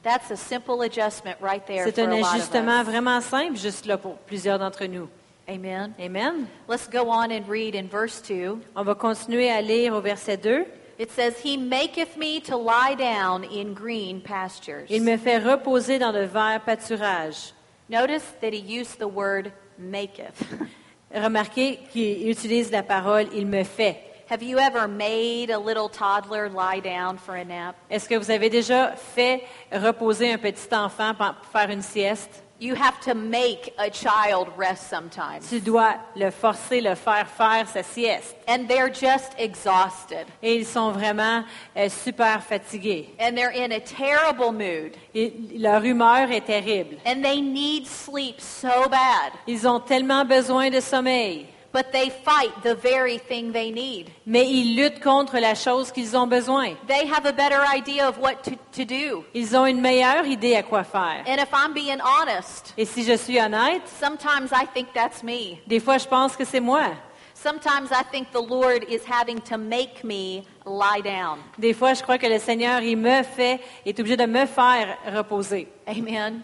Speaker 2: That's a simple adjustment right there
Speaker 1: C'est
Speaker 2: for
Speaker 1: un
Speaker 2: a lot of
Speaker 1: ajustement
Speaker 2: us.
Speaker 1: vraiment simple, juste là pour plusieurs d'entre nous.
Speaker 2: Amen.
Speaker 1: Amen.
Speaker 2: Let's go on and read in verse 2.
Speaker 1: On va continuer à lire au verset 2.
Speaker 2: It says, He maketh me to lie down in green pastures.
Speaker 1: Il me fait reposer dans le vert pâturage.
Speaker 2: Notice that he used the word maketh.
Speaker 1: Remarquez qu'il utilise la parole il me fait.
Speaker 2: Have you ever made a little toddler lie down for a nap?
Speaker 1: Est-ce que vous avez déjà fait reposer un petit enfant pour faire une sieste?
Speaker 2: You have to make a child rest sometimes.
Speaker 1: Tu dois le forcer, le faire faire sa sieste.
Speaker 2: And they're just exhausted.
Speaker 1: Et ils sont vraiment euh, super fatigués.
Speaker 2: And they're in a terrible mood.
Speaker 1: Et leur humeur est terrible.
Speaker 2: And they need sleep so bad.
Speaker 1: Ils ont tellement besoin de sommeil,
Speaker 2: But they fight the very thing they need.
Speaker 1: mais ils luttent contre la chose qu'ils ont besoin.
Speaker 2: They have a better idea of what to, to do.
Speaker 1: Ils ont une meilleure idée à quoi faire.
Speaker 2: And if I'm being honest,
Speaker 1: Et si je suis honnête,
Speaker 2: sometimes I think that's me.
Speaker 1: des fois je pense que c'est moi.
Speaker 2: Sometimes I think the Lord is having to make me lie down.
Speaker 1: Des fois je crois que le Seigneur, il me fait, est obligé de me faire reposer.
Speaker 2: Amen.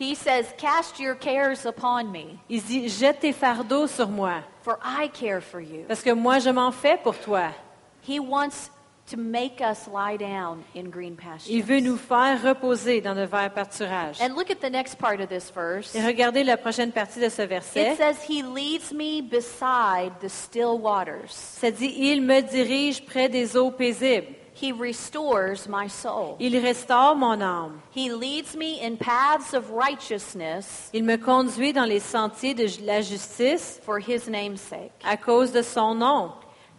Speaker 2: He says, Cast your cares upon me,
Speaker 1: Il dit, jette tes fardeaux sur moi,
Speaker 2: for I care for you.
Speaker 1: parce que moi je m'en fais pour toi.
Speaker 2: He wants to make us lie down in green pastures.
Speaker 1: Il veut nous faire reposer dans le vert pâturage.
Speaker 2: And look at the next part of this verse.
Speaker 1: Et regardez la prochaine partie de ce
Speaker 2: It
Speaker 1: verset.
Speaker 2: says, He leads me beside the still waters.
Speaker 1: Ça dit, il me dirige près des eaux paisibles.
Speaker 2: He restores my soul.
Speaker 1: Il restaure mon âme.
Speaker 2: He leads me in paths of righteousness
Speaker 1: Il me conduit dans les sentiers de ju- la justice
Speaker 2: for His name's sake.
Speaker 1: à cause de son nom.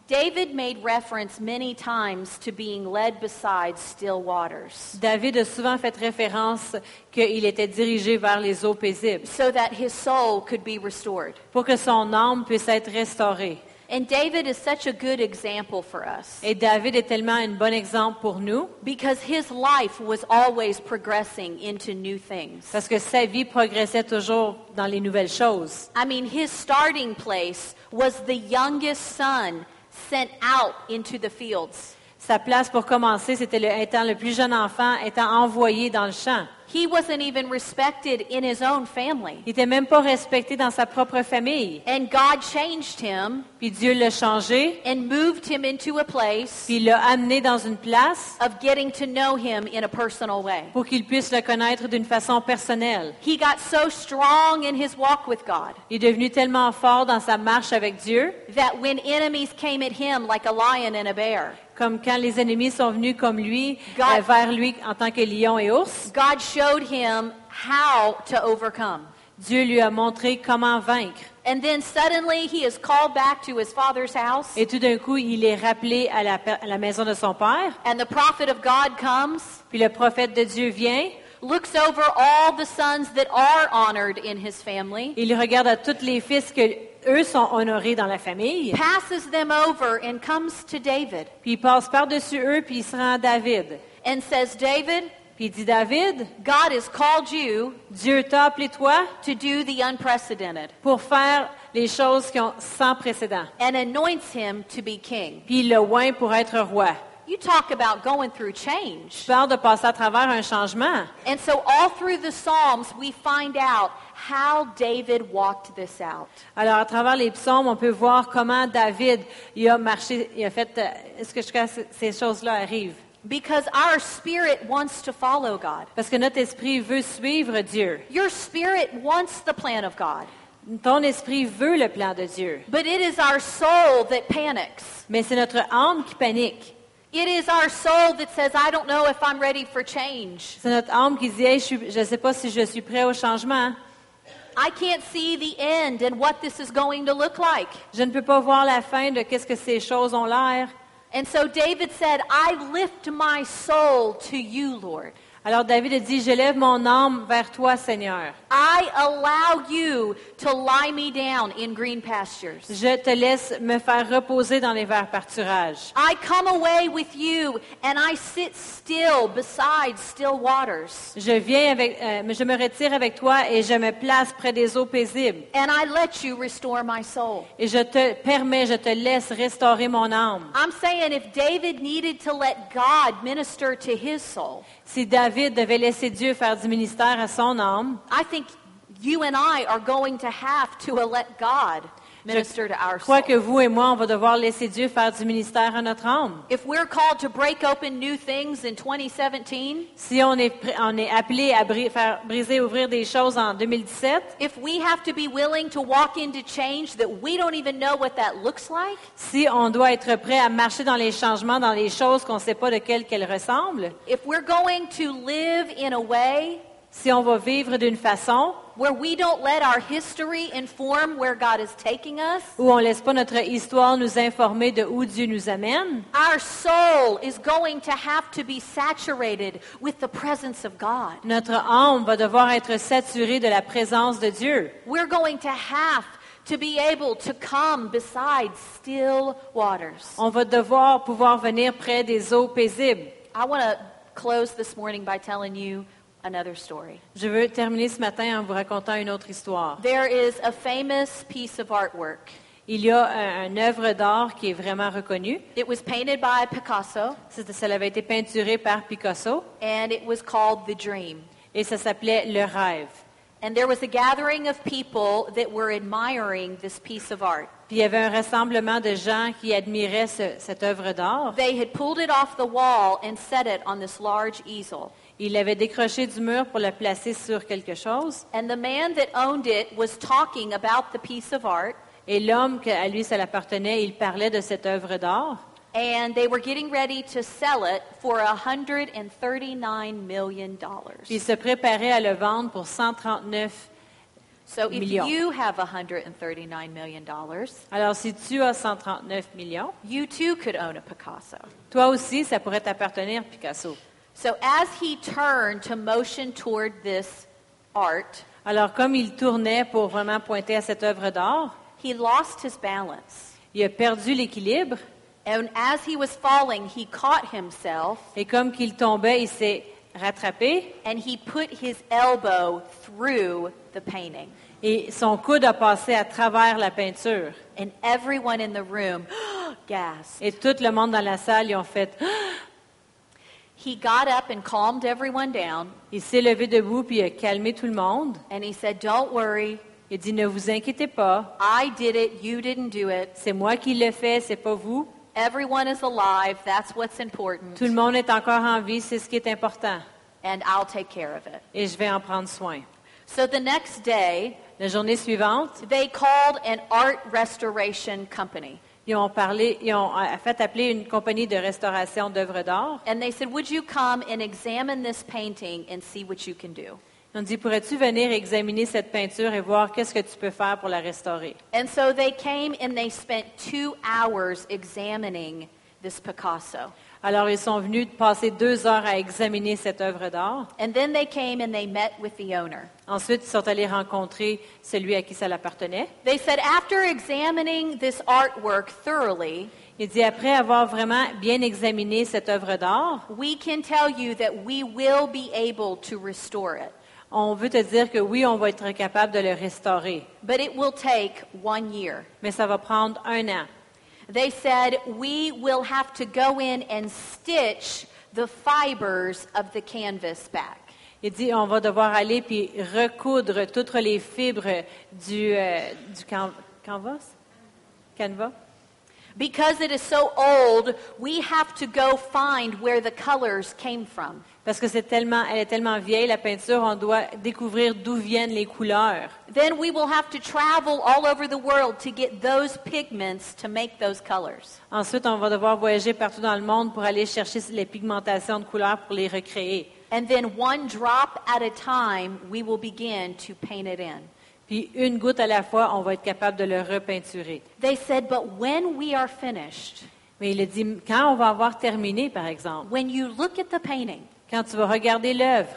Speaker 2: David made reference many times to being led beside still waters
Speaker 1: David a souvent fait référence qu'il était dirigé vers les eaux paisibles
Speaker 2: so that his soul could be restored.
Speaker 1: pour que son âme puisse être restaurée.
Speaker 2: And David is such a good example for us
Speaker 1: Et David est tellement un bon exemple pour nous
Speaker 2: because his life was always progressing into new things.
Speaker 1: parce que sa vie progressait toujours dans les nouvelles choses.
Speaker 2: I mean, his starting place was the youngest son sent out into the fields.
Speaker 1: Sa place pour commencer, c'était le, étant le plus jeune enfant, étant envoyé dans le champ.
Speaker 2: He wasn't even respected in his own family.
Speaker 1: Il n'était même pas respecté dans sa propre famille.
Speaker 2: And God changed him
Speaker 1: Puis Dieu l'a changé,
Speaker 2: and moved him into a place
Speaker 1: puis il l'a amené dans une place
Speaker 2: of getting to know him in a personal way.
Speaker 1: pour qu'il puisse le connaître d'une façon personnelle.
Speaker 2: He got so strong in his walk with God
Speaker 1: Il est devenu tellement fort dans sa marche avec Dieu,
Speaker 2: that when enemies came at him like a lion and a bear,
Speaker 1: comme quand les ennemis sont venus comme lui,
Speaker 2: God-
Speaker 1: euh, vers lui en tant que lion et ours,
Speaker 2: God showed him how to overcome.
Speaker 1: Dieu lui a montré comment vaincre.
Speaker 2: And then suddenly he is called back to his father's house,
Speaker 1: Et tout d'un coup, il est rappelé à la, pe- à la maison de son père,
Speaker 2: and the prophet of God comes,
Speaker 1: puis le prophète de Dieu vient,
Speaker 2: looks over all the sons that are honored in his family,
Speaker 1: il regarde à tous les fils que eux sont honorés dans la famille,
Speaker 2: passes them over, and comes to David
Speaker 1: puis il passe par-dessus eux, puis il se rend à David.
Speaker 2: and says, David,
Speaker 1: Puis il dit, David,
Speaker 2: God has called you
Speaker 1: Dieu t'a appelé toi
Speaker 2: to do the unprecedented.
Speaker 1: pour faire les choses qui ont sans précédent.
Speaker 2: and anoints him to be king.
Speaker 1: Puis il le oint pour être roi.
Speaker 2: You talk about going through
Speaker 1: Je
Speaker 2: change.
Speaker 1: parle de passer à travers un changement.
Speaker 2: And so all through the Psalms, we find out how David walked this out.
Speaker 1: Alors, à travers les psaumes, on peut voir comment David il a marché, il a fait euh, ce que jusqu'à ce- ces choses-là arrivent.
Speaker 2: Because our spirit wants to follow God.
Speaker 1: Parce que notre esprit veut suivre Dieu.
Speaker 2: Your spirit wants the plan of God.
Speaker 1: Ton esprit veut le plan de Dieu.
Speaker 2: But it is our soul that panics.
Speaker 1: Mais c'est notre âme qui panique.
Speaker 2: It is our soul that says, I don't know if I'm ready for change.
Speaker 1: C'est notre âme qui dit, Hey, je ne sais pas si je suis prêt au changement.
Speaker 2: I can't see the end and what this is going to look like.
Speaker 1: Je ne peux pas voir la fin de qu'est-ce que ces choses ont l'air.
Speaker 2: And so David said, I lift my soul to you, Lord.
Speaker 1: Alors David a dit, je lève mon âme vers toi, Seigneur.
Speaker 2: I allow you to lie me down in green pastures.
Speaker 1: Je te laisse me faire reposer dans les verts pâturages.
Speaker 2: I come away with you and I sit still beside still waters.
Speaker 1: Je viens avec, euh, je me retire avec toi et je me place près des eaux paisibles.
Speaker 2: And I let you restore my soul.
Speaker 1: Et je te permets, je te laisse restaurer mon âme.
Speaker 2: I'm saying if David needed to let God minister to his soul,
Speaker 1: Si David devait laisser Dieu faire du ministère à son âme,
Speaker 2: I think you and I are going to have to uh, let God minister to our
Speaker 1: je crois
Speaker 2: soul.
Speaker 1: que vous et moi, on va devoir laisser Dieu faire du ministère à notre âme.
Speaker 2: If we're called to break open new things in 2017,
Speaker 1: Si on est, pr- on est appelé à bri- faire briser, ouvrir des choses en 2017,
Speaker 2: if we have to be willing to walk into change that we don't even know what that looks like,
Speaker 1: si on doit être prêt à marcher dans les changements, dans les choses qu'on ne sait pas de quelles qu'elles ressemblent,
Speaker 2: if we're going to live in a way
Speaker 1: si on va vivre d'une façon
Speaker 2: where we don't let our history inform where God is taking us,
Speaker 1: où on ne laisse pas notre histoire nous informer de où Dieu nous amène,
Speaker 2: our soul is going to have to be saturated with the presence of God.
Speaker 1: notre âme va devoir être saturée de la présence de Dieu.
Speaker 2: We're going to have to be able to come beside still waters.
Speaker 1: On va devoir pouvoir venir près des eaux paisibles.
Speaker 2: I want to close this morning by telling you another story.
Speaker 1: Je veux terminer ce matin en vous racontant une autre histoire.
Speaker 2: There is a famous piece of artwork.
Speaker 1: Il y a euh, un- une œuvre d'art qui est vraiment reconnue.
Speaker 2: It was painted by Picasso
Speaker 1: C'était- Celle avait été peinturée par Picasso
Speaker 2: and it was called The Dream.
Speaker 1: et ça s'appelait Le Rêve.
Speaker 2: And there was a gathering of people that were admiring this piece of art.
Speaker 1: Puis il y avait un rassemblement de gens qui admiraient ce- cette œuvre d'art.
Speaker 2: They had pulled it off the wall and set it on this large easel.
Speaker 1: Ils l'avaient décroché du mur pour le placer sur quelque chose.
Speaker 2: And the man that owned it was talking about the piece of art
Speaker 1: Et l'homme que à lui ça l'appartenait, il parlait de cette œuvre d'art.
Speaker 2: and they were getting ready to sell it for $139 million.
Speaker 1: Puis il se préparait à le vendre pour 139.
Speaker 2: So if
Speaker 1: Million.
Speaker 2: you have $139 million,
Speaker 1: Alors si tu as 139 millions,
Speaker 2: you too could own a Picasso.
Speaker 1: toi aussi ça pourrait t'appartenir, Picasso.
Speaker 2: So as he turned to motion toward this art,
Speaker 1: Alors comme il tournait pour vraiment pointer à cette œuvre d'art,
Speaker 2: he lost his balance.
Speaker 1: il a perdu l'équilibre
Speaker 2: And as he was falling, he caught himself
Speaker 1: et comme qu'il tombait, il s'est rattrapé
Speaker 2: and he put his elbow through the painting.
Speaker 1: et son coude a passé à travers la peinture.
Speaker 2: And everyone in the room gasped.
Speaker 1: Et tout le monde dans la salle, ils ont fait... Ah!
Speaker 2: He got up and calmed everyone down
Speaker 1: Il s'est levé debout puis il a calmé tout le monde.
Speaker 2: and he said, Don't worry.
Speaker 1: Il dit, ne vous inquiétez pas,
Speaker 2: I did it. You didn't do it.
Speaker 1: c'est moi qui le fais, c'est pas vous.
Speaker 2: Everyone is alive. That's what's important.
Speaker 1: Tout le monde est encore en vie, c'est ce qui est important.
Speaker 2: And I'll take care of it.
Speaker 1: Et je vais en prendre soin.
Speaker 2: So the next day,
Speaker 1: La journée suivante,
Speaker 2: they called an art restoration company.
Speaker 1: ils ont parlé, ils ont euh, fait appeler une compagnie de restauration d'œuvres d'art.
Speaker 2: And they said, Would you come and examine this painting and see what you can do?
Speaker 1: Ils ont dit, pourrais-tu venir examiner cette peinture et voir qu'est-ce que tu peux faire pour la restaurer?
Speaker 2: And so they came and they spent two hours examining this Picasso.
Speaker 1: Alors, ils sont venus de passer deux heures à examiner cette œuvre d'art.
Speaker 2: And then they came and they met with the owner.
Speaker 1: Ensuite, ils sont allés rencontrer celui à qui ça l'appartenait.
Speaker 2: They said, After examining this artwork thoroughly,
Speaker 1: Il dit, après avoir vraiment bien examiné cette œuvre d'art,
Speaker 2: we can tell you that we will be able to restore it,
Speaker 1: on veut te dire que oui, on va être capable de le restaurer,
Speaker 2: but it will take one year.
Speaker 1: mais ça va prendre un an.
Speaker 2: They said, We will have to go in and stitch the fibers of the canvas back.
Speaker 1: Il dit, on va devoir aller puis recoudre toutes les fibres du, euh, du can- canvas. Canva.
Speaker 2: Because it is so old, we have to go find where the colors came from.
Speaker 1: Parce que c'est tellement, elle est tellement vieille, la peinture, on doit découvrir d'où viennent les couleurs.
Speaker 2: Then we will have to travel all over the world to get those pigments to make those colors.
Speaker 1: Ensuite, on va devoir voyager partout dans le monde pour aller chercher les pigmentations de couleurs pour les recréer.
Speaker 2: And then one drop at a time, we will begin to paint it in.
Speaker 1: Puis une goutte à la fois, on va être capable de le repeinturer.
Speaker 2: They said, but when we are finished,
Speaker 1: Mais il a dit, quand on va avoir terminé, par exemple,
Speaker 2: when you look at the painting,
Speaker 1: Quand tu vas regarder l'œuvre,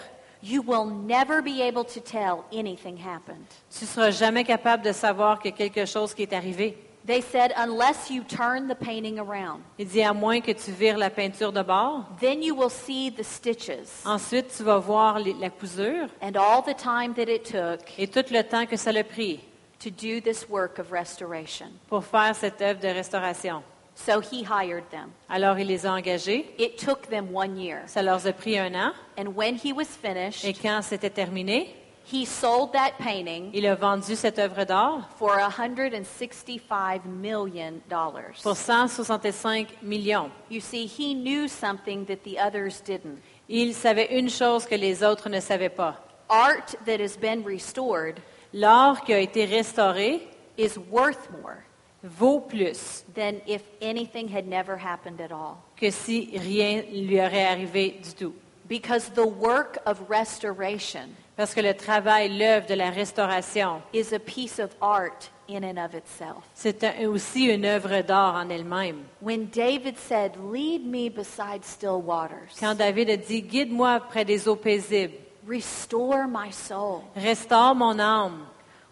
Speaker 2: you will never be able to tell anything happened.
Speaker 1: tu ne seras jamais capable de savoir que quelque chose qui est arrivé.
Speaker 2: They said, unless you turn the painting around,
Speaker 1: Il dit, à moins que tu vires la peinture de bord,
Speaker 2: then you will see the stitches
Speaker 1: ensuite tu vas voir les- la cousure
Speaker 2: and all the time that it took
Speaker 1: et tout le temps que ça l'a pris
Speaker 2: to do this work of restoration.
Speaker 1: pour faire cette œuvre de restauration.
Speaker 2: So he hired them.
Speaker 1: Alors il les a engagés.
Speaker 2: It took them one year.
Speaker 1: Ça leur a pris un an.
Speaker 2: And when he was finished,
Speaker 1: Et quand c'était terminé,
Speaker 2: he sold that painting
Speaker 1: il a vendu cette œuvre d'art
Speaker 2: for $165 million.
Speaker 1: pour 165 millions.
Speaker 2: You see, he knew something that the others didn't.
Speaker 1: Il savait une chose que les autres ne savaient pas.
Speaker 2: Art that has been restored
Speaker 1: L'art qui a été restauré
Speaker 2: is worth more
Speaker 1: vaut plus
Speaker 2: than if anything had never happened at all.
Speaker 1: que si rien lui aurait arrivé du tout.
Speaker 2: Because the work of restoration
Speaker 1: Parce que le travail, l'œuvre de la restauration,
Speaker 2: is a piece of art in and of itself.
Speaker 1: c'est un- aussi une œuvre d'art en elle-même.
Speaker 2: When David said, Lead me beside still waters,
Speaker 1: Quand David a dit, guide-moi près des eaux paisibles,
Speaker 2: restore my soul,
Speaker 1: restaure mon âme,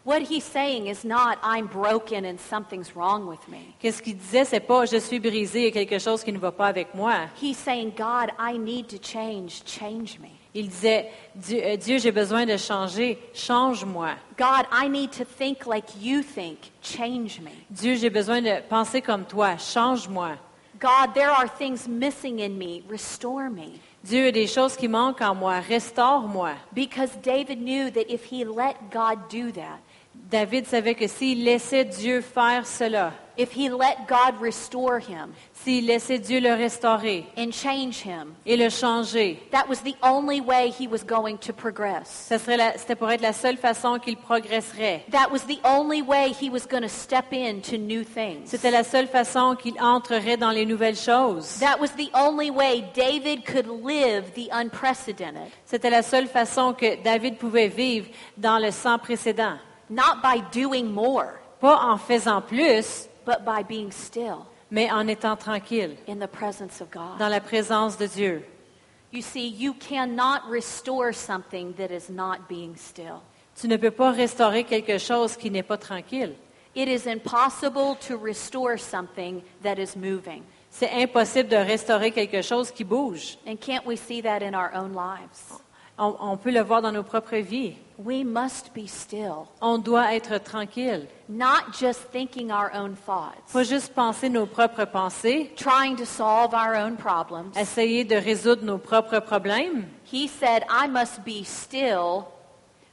Speaker 2: what he's saying is not, I'm broken and something's wrong with me.
Speaker 1: qu'est-ce qu'il disait, c'est pas, je suis brisé, il y a quelque chose qui ne va pas avec moi.
Speaker 2: He's saying, God, I need to change, change me.
Speaker 1: Il disait, Dieu, euh, Dieu, j'ai besoin de changer, change-moi.
Speaker 2: God, I need to think like you think, change me.
Speaker 1: Dieu, j'ai besoin de penser comme toi, change-moi.
Speaker 2: God, there are things missing in me, restore me.
Speaker 1: Dieu, il y a des choses qui manquent en moi, restaure-moi.
Speaker 2: Because David knew that if he let God do that,
Speaker 1: David savait que s'il laissait Dieu faire cela,
Speaker 2: if he let God restore him
Speaker 1: s'il laissait Dieu le restaurer
Speaker 2: and change him,
Speaker 1: et le changer,
Speaker 2: that was the only way he was going to progress.
Speaker 1: ça serait la- c'était pour être la seule façon qu'il progresserait.
Speaker 2: That was the only way he was going to step into new things.
Speaker 1: C'était la seule façon qu'il entrerait dans les nouvelles choses.
Speaker 2: That was the only way David could live the unprecedented,
Speaker 1: C'était la seule façon que David pouvait vivre dans le sans précédent.
Speaker 2: not by doing more,
Speaker 1: Pas en faisant plus,
Speaker 2: but by being still
Speaker 1: mais en étant tranquille,
Speaker 2: in the presence of God.
Speaker 1: dans la présence de Dieu.
Speaker 2: You see, you cannot restore something that is not being still.
Speaker 1: Tu ne peux pas restaurer quelque chose qui n'est pas tranquille.
Speaker 2: It is impossible to restore something that is moving.
Speaker 1: C'est impossible de restaurer quelque chose qui bouge.
Speaker 2: And can't we see that in our own lives?
Speaker 1: On, on peut le voir dans nos propres vies.
Speaker 2: We must be still,
Speaker 1: On doit être tranquille.
Speaker 2: not just thinking our own thoughts,
Speaker 1: Pas juste penser nos propres pensées,
Speaker 2: trying to solve our own problems.
Speaker 1: essayer de résoudre nos propres problèmes.
Speaker 2: He said, I must be still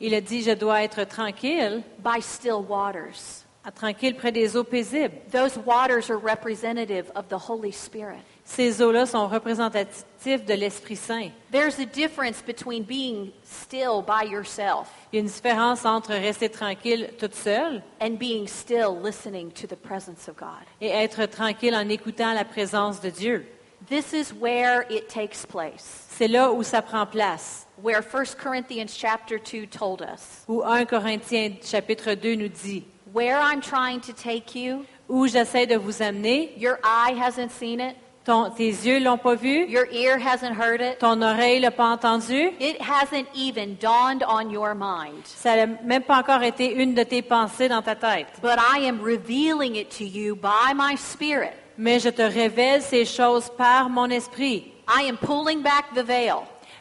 Speaker 1: Il a dit, je dois être tranquille,
Speaker 2: by still waters.
Speaker 1: à- tranquille près des eaux paisibles.
Speaker 2: Those waters are representative of the Holy Spirit.
Speaker 1: Ces eaux-là sont représentatives de l'Esprit Saint.
Speaker 2: There's a difference between being still by yourself
Speaker 1: Il y a une différence entre rester tranquille toute seule
Speaker 2: and being still listening to the presence of God.
Speaker 1: et être tranquille en écoutant la présence de Dieu.
Speaker 2: This is where it takes place,
Speaker 1: C'est là où ça prend place,
Speaker 2: where 1 Corinthians chapter 2 told us,
Speaker 1: où 1 Corinthiens chapitre 2 nous dit,
Speaker 2: where I'm trying to take you,
Speaker 1: où j'essaie de vous amener,
Speaker 2: your eye hasn't seen it,
Speaker 1: ton- tes yeux l'ont pas vu,
Speaker 2: your ear hasn't heard it,
Speaker 1: ton oreille l'a pas entendu,
Speaker 2: it hasn't even dawned on your mind.
Speaker 1: ça n'a même pas encore été une de tes pensées dans ta tête.
Speaker 2: But I am revealing it to you by my spirit.
Speaker 1: Mais je te révèle ces choses par mon esprit.
Speaker 2: I am pulling back the veil.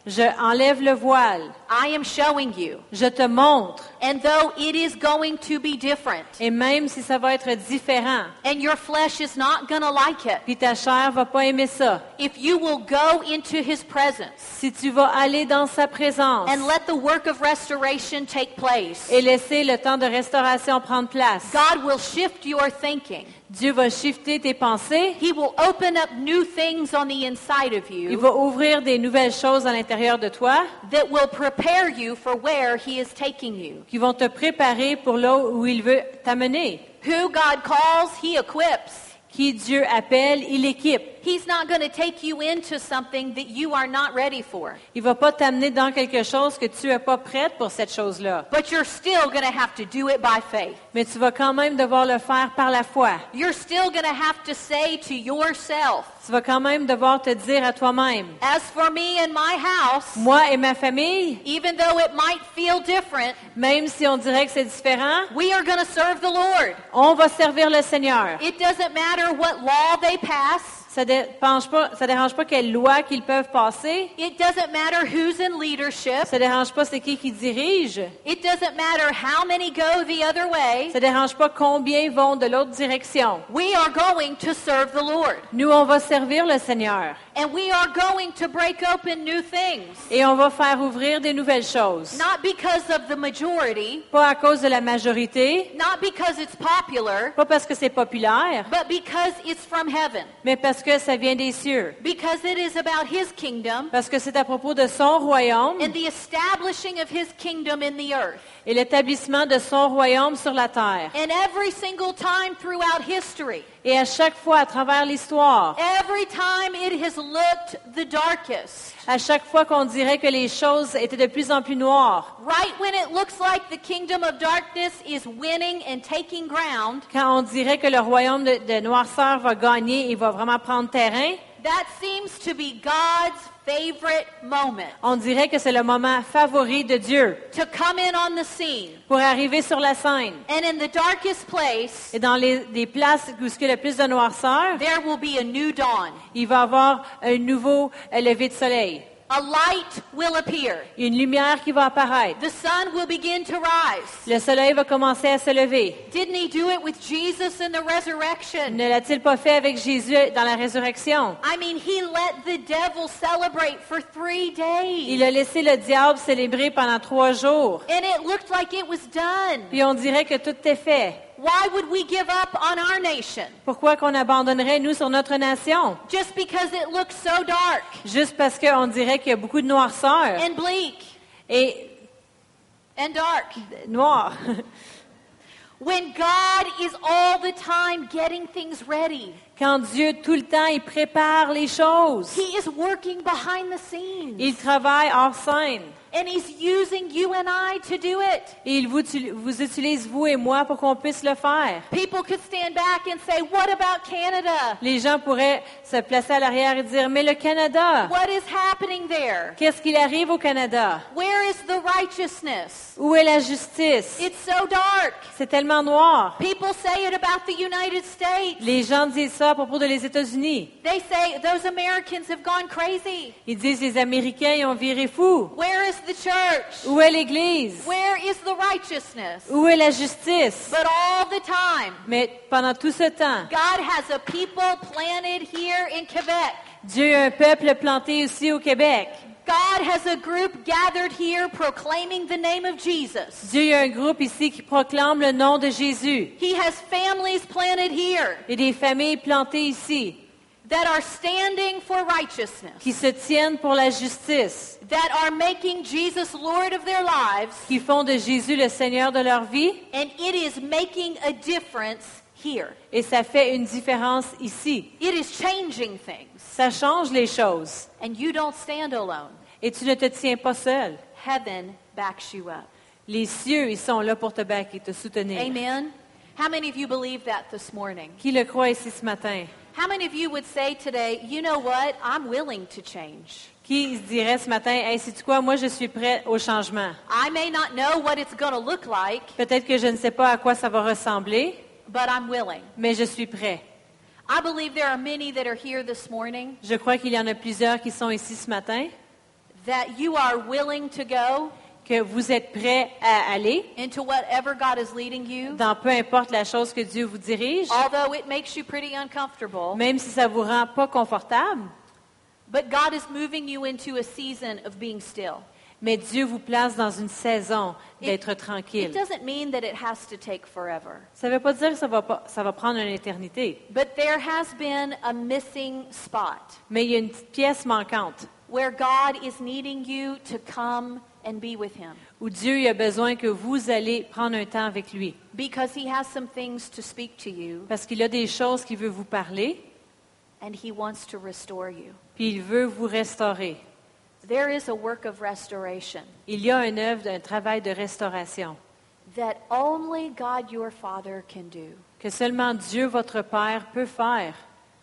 Speaker 1: Je enlève le voile,
Speaker 2: I am showing you.
Speaker 1: je te montre,
Speaker 2: And though it is going to be different,
Speaker 1: et même si ça va être différent,
Speaker 2: and your flesh is not going to like it,
Speaker 1: puis ta chair va pas aimer ça.
Speaker 2: if you will go into his presence
Speaker 1: Si tu vas aller dans sa présence
Speaker 2: and let the work of restoration take place,
Speaker 1: et laisser le temps de restauration prendre place,
Speaker 2: God will shift your thinking.
Speaker 1: Dieu va shifter tes pensées.
Speaker 2: He will open up new things on the inside of
Speaker 1: Il
Speaker 2: you
Speaker 1: va ouvrir des nouvelles choses à l'intérieur de toi
Speaker 2: that will prepare you for where he is taking you.
Speaker 1: qui vont te préparer pour là où il veut t'amener.
Speaker 2: Who God calls, he equips.
Speaker 1: Qui Dieu appelle, il équipe.
Speaker 2: He's not going to take you into something that you are not ready for.
Speaker 1: Il va pas t'amener dans quelque chose que tu n'es pas prête pour cette chose-là.
Speaker 2: But you're still going to have to do it by faith.
Speaker 1: Mais tu vas quand même devoir le faire par la foi.
Speaker 2: You're still going to have to say to yourself,
Speaker 1: Tu vas quand même devoir te dire à toi-même,
Speaker 2: as for me and my house,
Speaker 1: moi et ma famille,
Speaker 2: even though it might feel different,
Speaker 1: même si on dirait que c'est différent,
Speaker 2: we are going to serve the Lord.
Speaker 1: on va servir le Seigneur.
Speaker 2: It doesn't matter what law they pass.
Speaker 1: Ça dérange pas, ça dérange pas quelle loi qu'ils peuvent passer.
Speaker 2: It doesn't matter who's in leadership.
Speaker 1: Ça dérange pas c'est qui qui dirige.
Speaker 2: It doesn't matter how many go the other way.
Speaker 1: Ça dérange pas combien vont de l'autre direction.
Speaker 2: We are going to serve the Lord.
Speaker 1: Nous, on va servir le Seigneur
Speaker 2: And we are going to break open new things.
Speaker 1: et on va faire ouvrir des nouvelles choses.
Speaker 2: Not because of the majority,
Speaker 1: Pas à cause de la majorité,
Speaker 2: not because it's popular,
Speaker 1: pas parce que c'est populaire,
Speaker 2: but because it's from heaven.
Speaker 1: mais parce que ça vient des cieux.
Speaker 2: Because it is about his kingdom
Speaker 1: Parce que c'est à propos de son royaume
Speaker 2: and the establishing of his kingdom in the earth.
Speaker 1: et l'établissement de son royaume sur la terre.
Speaker 2: And every single time throughout history,
Speaker 1: Et à chaque fois, à travers l'histoire,
Speaker 2: every time it has looked the darkest,
Speaker 1: à chaque fois qu'on dirait que les choses étaient de plus en plus noires,
Speaker 2: right when it looks like the kingdom of darkness is winning and taking ground,
Speaker 1: quand on dirait que le royaume de, de noirceur va gagner et va vraiment prendre terrain,
Speaker 2: that seems to be God's favorite moment
Speaker 1: on dirait que c'est le moment favori de Dieu
Speaker 2: to come in on the scene.
Speaker 1: pour arriver sur la scène.
Speaker 2: And in the darkest place,
Speaker 1: Et dans les, les places où il y a le plus de noirceur,
Speaker 2: there will be a new dawn.
Speaker 1: il va y avoir un nouveau euh, lever de soleil,
Speaker 2: A light will appear.
Speaker 1: une lumière qui va apparaître.
Speaker 2: The sun will begin to rise.
Speaker 1: Le soleil va commencer à se lever.
Speaker 2: Didn't he do it with Jesus in the resurrection?
Speaker 1: Ne l'a-t-il pas fait avec Jésus dans la résurrection?
Speaker 2: I mean, he let the devil celebrate for three
Speaker 1: Il
Speaker 2: days.
Speaker 1: a laissé le diable célébrer pendant trois jours.
Speaker 2: And it looked like it was done.
Speaker 1: Puis on dirait que tout est fait.
Speaker 2: Why would we give up on our nation
Speaker 1: Pourquoi qu'on abandonnerait, nous, sur notre nation?
Speaker 2: just because it looks so dark
Speaker 1: Juste parce qu'on dirait qu'il y a beaucoup de noirceur
Speaker 2: and bleak
Speaker 1: et
Speaker 2: and dark?
Speaker 1: noir.
Speaker 2: When God is all the time getting things ready,
Speaker 1: Quand Dieu, tout le temps, il prépare les choses.
Speaker 2: He is working behind the scenes.
Speaker 1: Il travaille hors scène.
Speaker 2: And he's using you and I to do it.
Speaker 1: Et il vous, vous utilise, vous et moi, pour qu'on puisse le faire.
Speaker 2: People could stand back and say, What about Canada?
Speaker 1: Les gens pourraient se placer à l'arrière et dire, mais le Canada,
Speaker 2: What is happening there?
Speaker 1: qu'est-ce qu'il arrive au Canada?
Speaker 2: Where is the righteousness?
Speaker 1: Où est la justice?
Speaker 2: It's so dark.
Speaker 1: C'est tellement noir.
Speaker 2: People say it about the United States.
Speaker 1: Les gens disent ça à propos de les États-Unis.
Speaker 2: They say those Americans have gone crazy.
Speaker 1: Ils disent les Américains ils ont viré fou.
Speaker 2: Where is the church?
Speaker 1: Où est l'Église?
Speaker 2: Where is the righteousness?
Speaker 1: Où est la justice?
Speaker 2: But all the time,
Speaker 1: Mais pendant tout ce temps,
Speaker 2: God has a people planted here in Quebec.
Speaker 1: Dieu a un peuple planté ici au Québec.
Speaker 2: God has a group gathered here proclaiming the name of Jesus.
Speaker 1: Dieu a un groupe ici qui proclame le nom de Jésus.
Speaker 2: He has families planted here
Speaker 1: Et des familles plantées ici
Speaker 2: that are standing for righteousness,
Speaker 1: qui se tiennent pour la justice,
Speaker 2: that are making Jesus Lord of their lives,
Speaker 1: qui font de Jésus le Seigneur de leur vie.
Speaker 2: and it is making a difference here.
Speaker 1: Et ça fait une différence ici.
Speaker 2: It is changing things,
Speaker 1: Ça change les choses.
Speaker 2: and you don't stand alone.
Speaker 1: Et tu ne te tiens pas seul.
Speaker 2: Heaven backs you up.
Speaker 1: Les cieux, ils sont là pour te baquer, te soutenir.
Speaker 2: Amen. How many of you believe that this morning?
Speaker 1: Qui le croit ici ce matin?
Speaker 2: How many of you would say today, you know what? I'm willing to change.
Speaker 1: Qui se dirait ce matin, hey, sais-tu quoi, moi je suis prêt au changement.
Speaker 2: I may not know what it's going to look like,
Speaker 1: Peut-être que je ne sais pas à quoi ça va ressembler,
Speaker 2: but I'm willing.
Speaker 1: mais je suis prêt.
Speaker 2: I believe there are many that are here this morning
Speaker 1: Je crois qu'il y en a plusieurs qui sont ici ce matin,
Speaker 2: that you are willing to go
Speaker 1: que vous êtes prêts à aller
Speaker 2: into whatever God is leading you,
Speaker 1: dans peu importe la chose que Dieu vous dirige,
Speaker 2: although it makes you pretty uncomfortable.
Speaker 1: même si ça vous rend pas confortable,
Speaker 2: But God is moving you into a season of being still.
Speaker 1: mais Dieu vous place dans une saison d'être
Speaker 2: It
Speaker 1: tranquille.
Speaker 2: doesn't mean that it has to take forever.
Speaker 1: Ça ne veut pas dire que ça va, pas- ça va prendre une éternité,
Speaker 2: But there has been a missing spot
Speaker 1: mais il y a une petite pièce manquante
Speaker 2: where God is needing you to come and be with Him
Speaker 1: où Dieu il a besoin que vous allez prendre un temps avec lui.
Speaker 2: because He has some things to speak to you
Speaker 1: Parce qu'il a des choses qu'il veut vous parler
Speaker 2: and He wants to restore you.
Speaker 1: puis il veut vous restaurer.
Speaker 2: There is a work of restoration
Speaker 1: Il y a une œuvre, un travail de restauration
Speaker 2: that only God your Father can do.
Speaker 1: que seulement Dieu, votre Père, peut faire.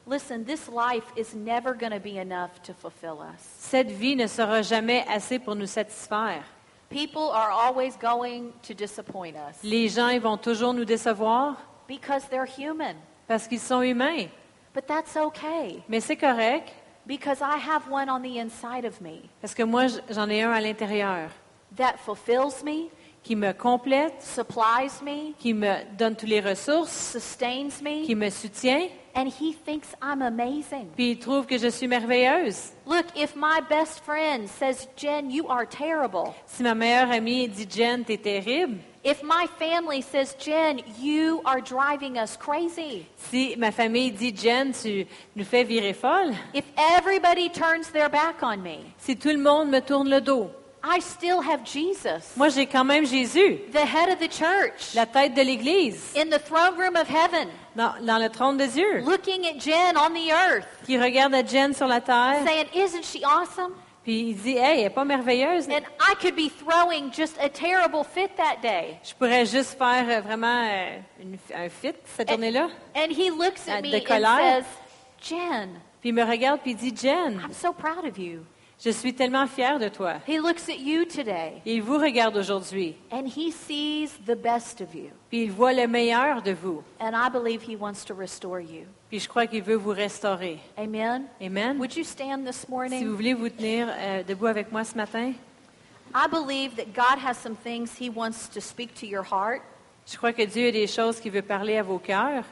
Speaker 2: Listen, this life is never going to be enough to fulfill us.
Speaker 1: Cette vie ne sera jamais assez pour nous satisfaire.
Speaker 2: People are always going to disappoint us
Speaker 1: Les gens ils vont toujours nous décevoir
Speaker 2: because they're human.
Speaker 1: parce qu'ils sont humains.
Speaker 2: But that's okay
Speaker 1: Mais c'est correct
Speaker 2: because I have one on the inside of me
Speaker 1: parce que moi, j'en ai un à l'intérieur
Speaker 2: that fulfills me,
Speaker 1: qui me complète,
Speaker 2: supplies me,
Speaker 1: qui me donne toutes les ressources,
Speaker 2: sustains
Speaker 1: qui
Speaker 2: me,
Speaker 1: me soutient,
Speaker 2: and he thinks I'm amazing.
Speaker 1: puis il trouve que je suis merveilleuse.
Speaker 2: Look, if my best friend says, Jen, you are terrible.
Speaker 1: Si ma meilleure amie dit Jen, t'es terrible.
Speaker 2: If my family says, Jen, you are driving us crazy.
Speaker 1: Si ma famille dit Jen, tu nous fais virer folle.
Speaker 2: If everybody turns their back on me,
Speaker 1: Si tout le monde me tourne le dos,
Speaker 2: I still have Jesus,
Speaker 1: moi j'ai quand même Jésus,
Speaker 2: the head of the church,
Speaker 1: la tête de l'Église,
Speaker 2: in the throne room of heaven,
Speaker 1: dans, dans le trône de Dieu,
Speaker 2: looking at Jen on the earth,
Speaker 1: qui regarde à Jen sur la terre,
Speaker 2: saying, Isn't she awesome?
Speaker 1: puis il dit Hey, elle n'est pas merveilleuse.
Speaker 2: And I could be throwing just a terrible fit that day.
Speaker 1: Je pourrais juste faire euh, vraiment euh, une- un fit cette journée-là.
Speaker 2: And he looks
Speaker 1: Uh,
Speaker 2: at me
Speaker 1: de
Speaker 2: and
Speaker 1: colère.
Speaker 2: says, Jen,
Speaker 1: Puis il me regarde, puis il dit Jen,
Speaker 2: I'm so proud of you.
Speaker 1: je suis tellement fière de toi.
Speaker 2: He looks at you today
Speaker 1: Et il vous regarde aujourd'hui,
Speaker 2: and he sees the best of you.
Speaker 1: puis il voit le meilleur de vous.
Speaker 2: And I believe he wants to restore you.
Speaker 1: Puis je crois qu'il veut vous restaurer.
Speaker 2: Amen.
Speaker 1: Amen.
Speaker 2: Would you stand this
Speaker 1: Si vous
Speaker 2: morning?
Speaker 1: voulez vous tenir euh, debout avec moi ce matin,
Speaker 2: I believe that God has some things he wants to speak to your heart.
Speaker 1: je crois que Dieu a des choses qui veut parler à vos cœurs.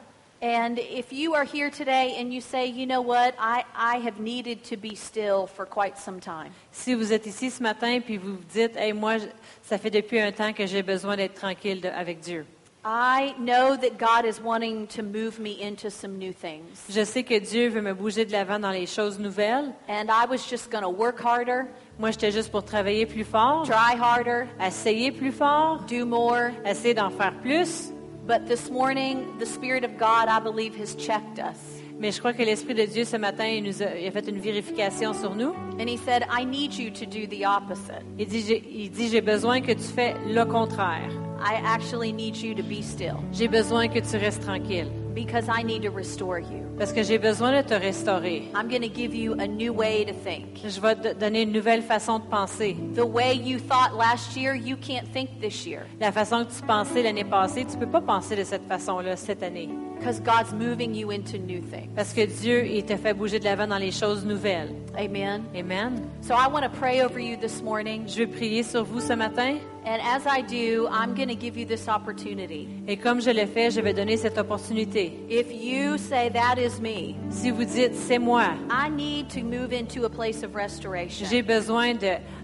Speaker 2: And if you are here today and you say, you know what, I, I have needed to be still for quite some time.
Speaker 1: Si vous êtes ici ce matin puis vous vous dites, hey, moi, je- ça fait depuis un temps que j'ai besoin d'être tranquille de- avec Dieu.
Speaker 2: I know that God is wanting to move me into some new things.
Speaker 1: Je sais que Dieu veut me bouger de l'avant dans les choses nouvelles.
Speaker 2: And I was just going to work harder,
Speaker 1: Moi, j'étais juste pour travailler plus fort,
Speaker 2: try harder,
Speaker 1: essayer plus fort,
Speaker 2: do more.
Speaker 1: essayer d'en faire plus.
Speaker 2: But this morning, the Spirit of God, I believe, has checked us.
Speaker 1: Mais je crois que l'Esprit de Dieu ce matin, il nous a, il a fait une vérification sur nous.
Speaker 2: And He said, I need you to do the opposite.
Speaker 1: Il dit, j'ai- il dit, j'ai besoin que tu fais le contraire.
Speaker 2: I actually need you to be still
Speaker 1: J'ai besoin que tu restes tranquille.
Speaker 2: because I need to restore you.
Speaker 1: Parce que j'ai besoin de te restaurer.
Speaker 2: I'm going to give you a new way to think.
Speaker 1: Je vais te donner une nouvelle façon de penser.
Speaker 2: The way you thought last year, you can't think this year
Speaker 1: La façon que tu pensais l'année passée, tu ne peux pas penser de cette façon-là cette année.
Speaker 2: because God's moving you into new things.
Speaker 1: Parce que Dieu, il te fait bouger de l'avant dans les choses nouvelles.
Speaker 2: Amen.
Speaker 1: Amen.
Speaker 2: So I want to pray over you this morning.
Speaker 1: Je vais prier sur vous ce matin.
Speaker 2: And as I do, I'm going to give you this opportunity.
Speaker 1: Et comme je le fais, je vais donner cette opportunité.
Speaker 2: If you say, That is me,
Speaker 1: Si vous dites, c'est moi,
Speaker 2: I need to move into a place of
Speaker 1: j'ai
Speaker 2: restoration.
Speaker 1: besoin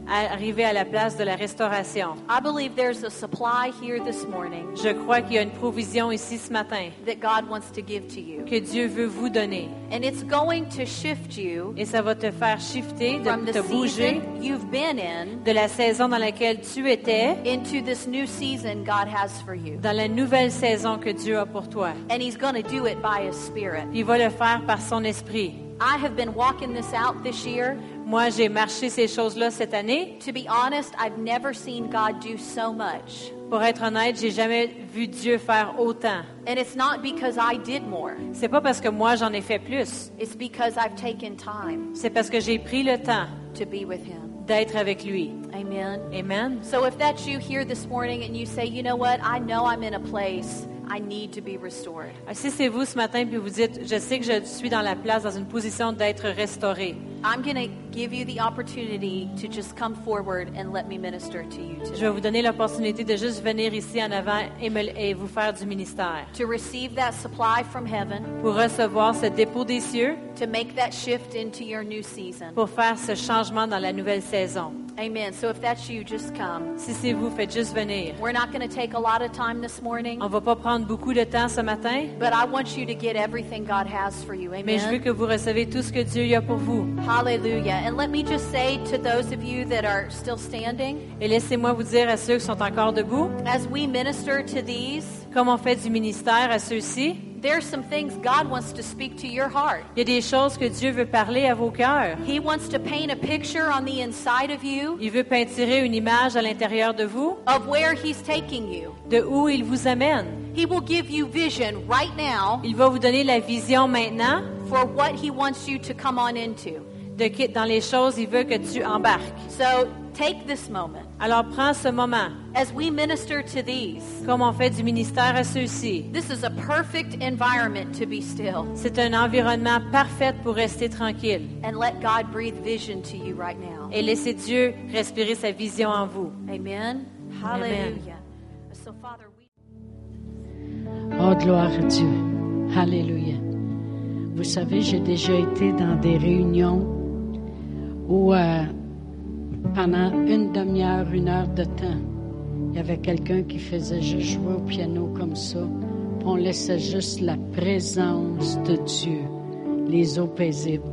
Speaker 1: d'arriver à la place de la restauration.
Speaker 2: I believe there's a supply here this morning
Speaker 1: Je crois qu'il y a une provision ici ce matin
Speaker 2: that God wants to give to you.
Speaker 1: que Dieu veut vous donner.
Speaker 2: And it's going to shift you
Speaker 1: Et ça va te faire shifter,
Speaker 2: from
Speaker 1: de
Speaker 2: the
Speaker 1: te bouger
Speaker 2: season you've been in
Speaker 1: de la saison dans laquelle tu étais
Speaker 2: into this new season God has for you.
Speaker 1: dans la nouvelle saison que Dieu a pour toi.
Speaker 2: And He's going to do it by His Spirit.
Speaker 1: Puis il va le faire par son esprit.
Speaker 2: I have been walking this out this year.
Speaker 1: Moi, j'ai marché ces choses-là cette année.
Speaker 2: To be honest, I've never seen God do so much.
Speaker 1: Pour être honnête, j'ai jamais vu Dieu faire autant.
Speaker 2: And it's not because I did more.
Speaker 1: C'est pas parce que moi j'en ai fait plus,
Speaker 2: It's because I've taken time
Speaker 1: c'est parce que j'ai pris le temps
Speaker 2: to be with him.
Speaker 1: d'être avec lui.
Speaker 2: Amen.
Speaker 1: Amen.
Speaker 2: So if that's you here this morning and you say, you know what, I know I'm in a place I need to be restored.
Speaker 1: Si c'est vous ce matin puis vous dites je sais que je suis dans la place dans une position d'être restauré,
Speaker 2: I'm going to give you the opportunity to just come forward and let me minister to you
Speaker 1: je vais
Speaker 2: today.
Speaker 1: vous donner l'opportunité de juste venir ici en avant et, me- et vous faire du ministère
Speaker 2: To receive that supply from heaven,
Speaker 1: pour recevoir ce dépôt des cieux,
Speaker 2: to make that shift into your new season.
Speaker 1: pour faire ce changement dans la nouvelle saison.
Speaker 2: Amen. So if that's you, just come.
Speaker 1: Si c'est vous, faites juste venir.
Speaker 2: We're not going to take a lot of time this morning,
Speaker 1: On va pas prendre beaucoup de temps ce matin,
Speaker 2: but I want you to get everything God has for you.
Speaker 1: mais je veux
Speaker 2: Amen.
Speaker 1: que vous recevez tout ce que Dieu y a pour vous.
Speaker 2: Hallelujah. And let me just say to those of you that are still standing,
Speaker 1: Et laissez-moi vous dire à ceux qui sont encore debout,
Speaker 2: as we minister to these,
Speaker 1: comme on fait du ministère à ceux-ci,
Speaker 2: There's some things God wants to speak to your heart.
Speaker 1: Il y a des choses que Dieu veut parler à vos cœurs.
Speaker 2: He wants to paint a picture on the inside of you
Speaker 1: Il veut peinturer une image à l'intérieur de vous
Speaker 2: of where He's taking you.
Speaker 1: de où il vous amène.
Speaker 2: He will give you vision right now
Speaker 1: Il va vous donner la vision maintenant
Speaker 2: for what He wants you to come on into.
Speaker 1: de qui- dans les choses il veut que tu embarques.
Speaker 2: So take this moment
Speaker 1: Alors prends ce moment,
Speaker 2: as we minister to these.
Speaker 1: comme on fait du ministère à ceux-ci.
Speaker 2: This is a perfect environment to be still
Speaker 1: C'est un environnement parfait pour rester tranquille
Speaker 2: and let God breathe vision to you right now.
Speaker 1: et laisser Dieu respirer sa vision en vous.
Speaker 2: Amen. Hallelujah. So, Father, we.
Speaker 3: Oh, gloire à Dieu. Alléluia. Vous savez, j'ai déjà été dans des réunions où euh, pendant une demi-heure, une heure de temps, il y avait quelqu'un qui faisait juste jouer au piano comme ça. puis On laissait juste la présence de Dieu, les eaux paisibles,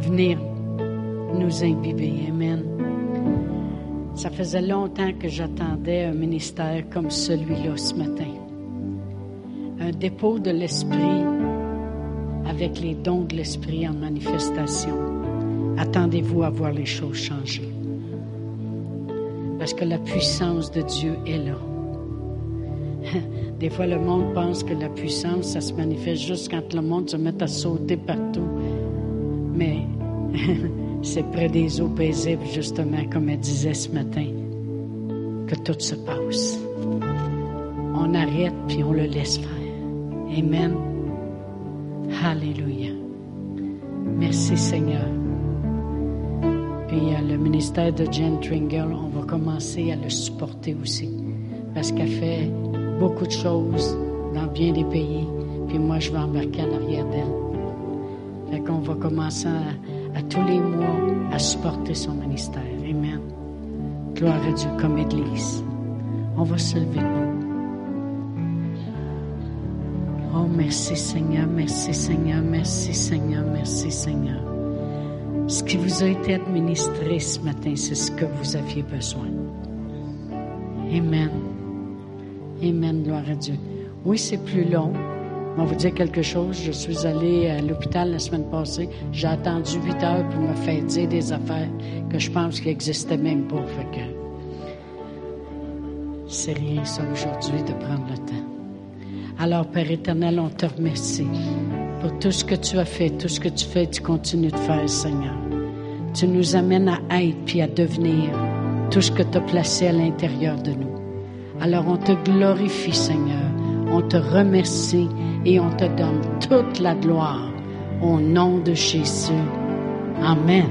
Speaker 3: venir nous imbiber. Amen. Ça faisait longtemps que j'attendais un ministère comme celui-là ce matin. Un dépôt de l'esprit avec les dons de l'esprit en manifestation. Attendez-vous à voir les choses changer. Parce que la puissance de Dieu est là. Des fois, le monde pense que la puissance, ça se manifeste juste quand le monde se met à sauter partout. Mais c'est près des eaux paisibles, justement, comme elle disait ce matin, que tout se passe. On arrête puis on le laisse faire. Amen. Alléluia. Merci Seigneur. Puis euh, le ministère de Jen Tringle, on va commencer à le supporter aussi. Parce qu'elle fait beaucoup de choses dans bien des pays. Puis moi, je vais embarquer en arrière d'elle. Fait qu'on va commencer à, à tous les mois à supporter son ministère. Amen. Gloire à Dieu comme Église. On va se lever debout. Oh, merci Seigneur, merci Seigneur, merci Seigneur, merci Seigneur. Ce qui vous a été administré ce matin, c'est ce que vous aviez besoin. Amen. Amen, gloire à Dieu. Oui, c'est plus long. On va vous dire quelque chose. Je suis allée à l'hôpital la semaine passée. J'ai attendu huit heures pour me faire dire des affaires que je pense qui n'existaient même pas. Fait que c'est rien, ça, aujourd'hui, de prendre le temps. Alors, Père éternel, on te remercie pour tout ce que tu as fait, tout ce que tu fais, tu continues de faire, Seigneur. Tu nous amènes à être puis à devenir tout ce que tu as placé à l'intérieur de nous. Alors, on te glorifie, Seigneur. On te remercie et on te donne toute la gloire au nom de Jésus. Amen.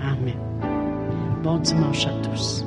Speaker 3: Amen. Bon dimanche à tous.